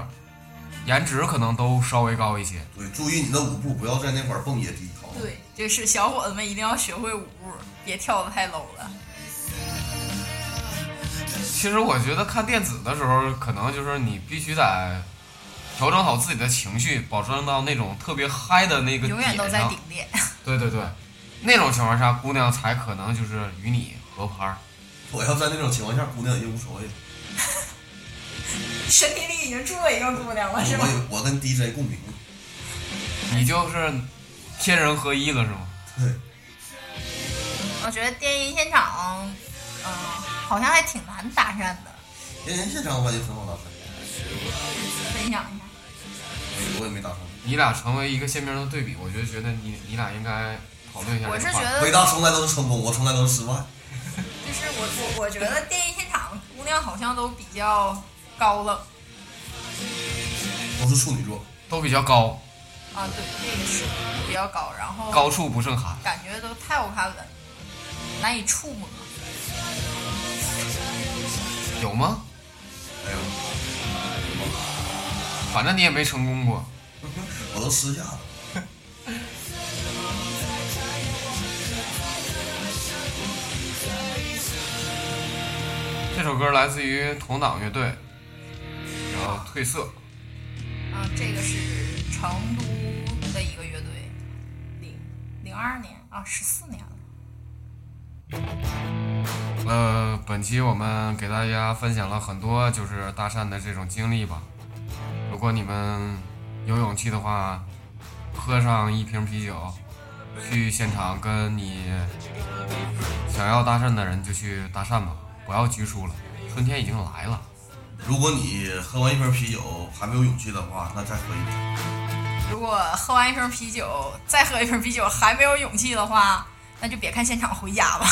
Speaker 1: 颜值可能都稍微高一些。
Speaker 3: 对，注意你的舞步，不要在那块儿蹦野迪。好吗，
Speaker 2: 对，就是小伙子们一定要学会舞步，别跳的太 low 了。
Speaker 1: 其实我觉得看电子的时候，可能就是你必须得调整好自己的情绪，保证到那种特别嗨的那个
Speaker 2: 永远都
Speaker 1: 点
Speaker 2: 在
Speaker 1: 上
Speaker 2: 顶点。 (laughs)
Speaker 1: 对对对，那种情况下，姑娘才可能就是与你合拍儿。
Speaker 3: 我要在那种情况下，姑娘也无所谓。
Speaker 2: 身体里已经住了一个姑娘了，是吗？
Speaker 3: 我有我跟 DJ 共鸣，
Speaker 1: 你就是天人合一了，是吗？
Speaker 3: 对，
Speaker 2: 我觉得电音现场，嗯、好像还挺难搭讪的。
Speaker 3: 人人现场我也很好搭讪，
Speaker 2: 分享一下，
Speaker 3: 我也没搭讪，
Speaker 1: 你俩成为一个鲜明的对比，我就觉得你你俩应该讨论一下
Speaker 2: 我
Speaker 1: 这
Speaker 2: 是
Speaker 1: 个话
Speaker 2: 觉
Speaker 1: 题。
Speaker 2: 得
Speaker 3: 伟大从来都是成功，我从来都是失败。
Speaker 2: 就是我我我觉得电音现场姑娘好像都比较高冷
Speaker 3: 我是处女座，
Speaker 1: 都比较高，
Speaker 2: 啊，对，这个是比较高，然后
Speaker 1: 高处不胜寒。
Speaker 2: 感觉都太不看了，难以触摸。
Speaker 1: 有吗？
Speaker 3: 哎呦，
Speaker 1: 反正你也没成功过。
Speaker 3: 我都私下了。
Speaker 1: 这首歌来自于同党乐队，然后褪色。
Speaker 2: 啊，这个是成都的一个乐队，零零二年啊，十四年了。
Speaker 1: 呃，本期我们给大家分享了很多就是搭讪的这种经历吧。如果你们有勇气的话，喝上一瓶啤酒，去现场跟你想要搭讪的人就去搭讪吧，不要拘束了。春天已经来了，
Speaker 3: 如果你喝完一瓶啤酒还没有勇气的话，那再喝一瓶。
Speaker 2: 如果喝完一瓶啤酒，再喝一瓶啤酒还没有勇气的话，那就别看现场回家吧。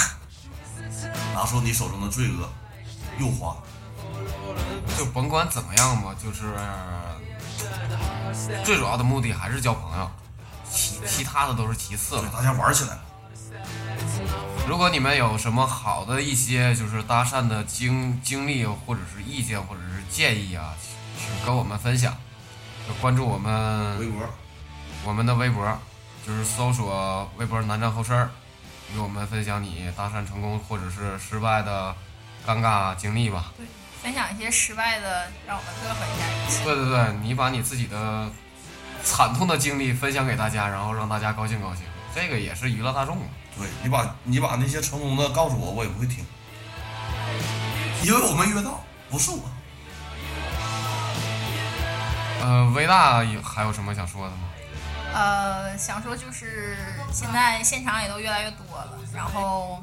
Speaker 3: 拿出你手中的罪恶，诱惑。
Speaker 1: 就甭管怎么样吧，就是最主要的目的还是交朋友，其其他的都是其次了
Speaker 3: 对，。大家玩起来了。
Speaker 1: 如果你们有什么好的一些就是搭讪的经经历，或者是意见，或者是建议啊，请跟我们分享。就关注我
Speaker 3: 微
Speaker 1: 们
Speaker 3: 博，
Speaker 1: 我们的微博，就是搜索微博“南站后身儿”，与我们分享你搭讪成功或者是失败的尴尬经历吧。
Speaker 2: 分享一些失败的，让我们乐呵一下也行。
Speaker 1: 对对对，你把你自己的惨痛的经历分享给大家，然后让大家高兴高兴，这个也是娱乐大众嘛。
Speaker 3: 对你把你把那些成功的告诉我，我也不会听，因为我没约到，不是我。
Speaker 1: 呃，微大有还有什么想说的吗？
Speaker 2: 呃，想说就是现在现场也都越来越多了，然后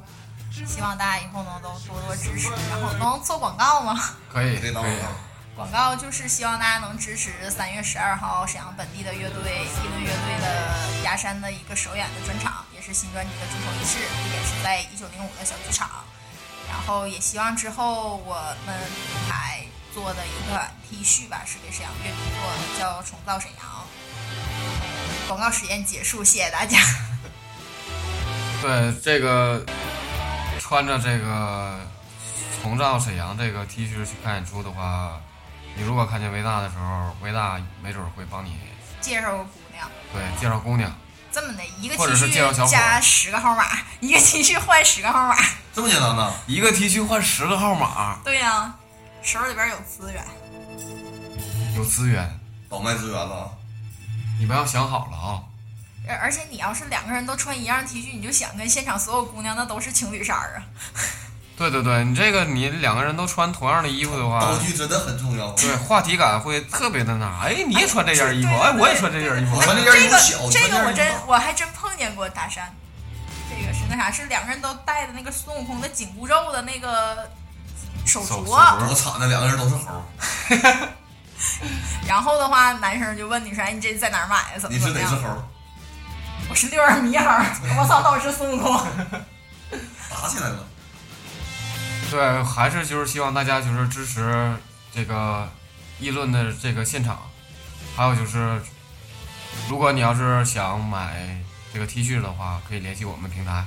Speaker 2: 希望大家以后能都多多支持，然后能做广告吗？
Speaker 1: 可以，
Speaker 3: 你
Speaker 1: 可
Speaker 3: 可以
Speaker 1: 以
Speaker 3: 当我当。
Speaker 2: 广告就是希望大家能支持三月十二号沈阳本地的乐队议论乐队的崖山的一个首演的专场，也是新专辑的主口仪式，地点是在一九零五的小剧场。然后也希望之后我们品牌做的一款 T 恤吧，是给沈阳乐迷做的，叫“重造沈阳”。广告实验结束，谢谢大家。
Speaker 1: 对这个穿着这个重造沈阳这个 T 恤去看演出的话，你如果看见维大的时候，维大没准会帮你
Speaker 2: 介绍个姑娘，
Speaker 1: 对介绍姑娘。
Speaker 2: 这么的一个 T
Speaker 1: 或者是介绍小
Speaker 2: 恤
Speaker 1: 伙
Speaker 2: 加十个号码，一个 T 恤换十个号码。
Speaker 3: 这么简单呢？
Speaker 1: 一个 T 恤换十个号码，
Speaker 2: 对呀、手里边有资源。
Speaker 1: 有资源，
Speaker 3: 倒卖资源了啊！
Speaker 1: 你们要想好了啊。
Speaker 2: 而而且你要是两个人都穿一样 T 恤，你就想跟现场所有姑娘那都是情侣衫儿啊。
Speaker 1: 对对对，你这个你两个人都穿同样的衣服的话
Speaker 3: 道，具真的很重要。
Speaker 1: 哎对话题感会特别的那啥。哎，你也穿这件衣服，
Speaker 2: 对对
Speaker 1: 哎，
Speaker 2: 对
Speaker 1: 我也穿这件衣服
Speaker 3: 我。穿这件
Speaker 2: 这
Speaker 3: 衣服
Speaker 2: 个
Speaker 3: 小，我穿
Speaker 2: 这个我
Speaker 3: 件衣
Speaker 2: 真
Speaker 3: 服
Speaker 2: 我还真碰见过搭讪，这个是那啥，是两个人都戴的那个孙悟空的紧箍咒的那个手
Speaker 1: 手
Speaker 2: 镯。
Speaker 1: 镯
Speaker 3: 大。我惨的，两个人都是猴。
Speaker 2: 然后的话，男生就问女生：“哎，你这在哪儿买的？怎么
Speaker 3: 你
Speaker 2: 怎
Speaker 3: 是
Speaker 2: 么
Speaker 3: 哪只
Speaker 2: 样
Speaker 3: 猴？？”
Speaker 2: 我是六耳猕猴儿，我操，那我是孙悟空。
Speaker 3: 打起来了。
Speaker 1: 对，还是就是希望大家就是支持这个议论的这个现场，还有就是，如果你要是想买这个 T 恤的话，可以联系我们平台，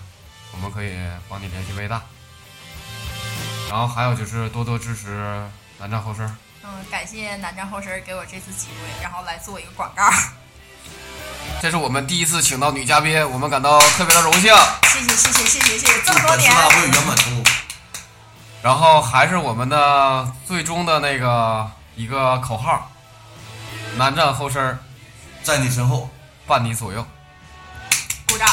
Speaker 1: 我们可以帮你联系微大。然后还有就是多多支持南站后生，
Speaker 2: 嗯，感谢南站后身给我这次机会，然后来做一个广告，
Speaker 1: 这是我们第一次请到女嘉宾，我们感到特别的荣幸。
Speaker 2: 谢谢谢谢谢谢谢谢，这
Speaker 3: 祝
Speaker 2: 么多
Speaker 3: 本次
Speaker 2: 年。
Speaker 3: 大会圆满成功。
Speaker 1: 然后还是我们的最终的那个一个口号：南站后生，
Speaker 3: 在你身后，
Speaker 1: 伴你左右。
Speaker 2: 鼓掌。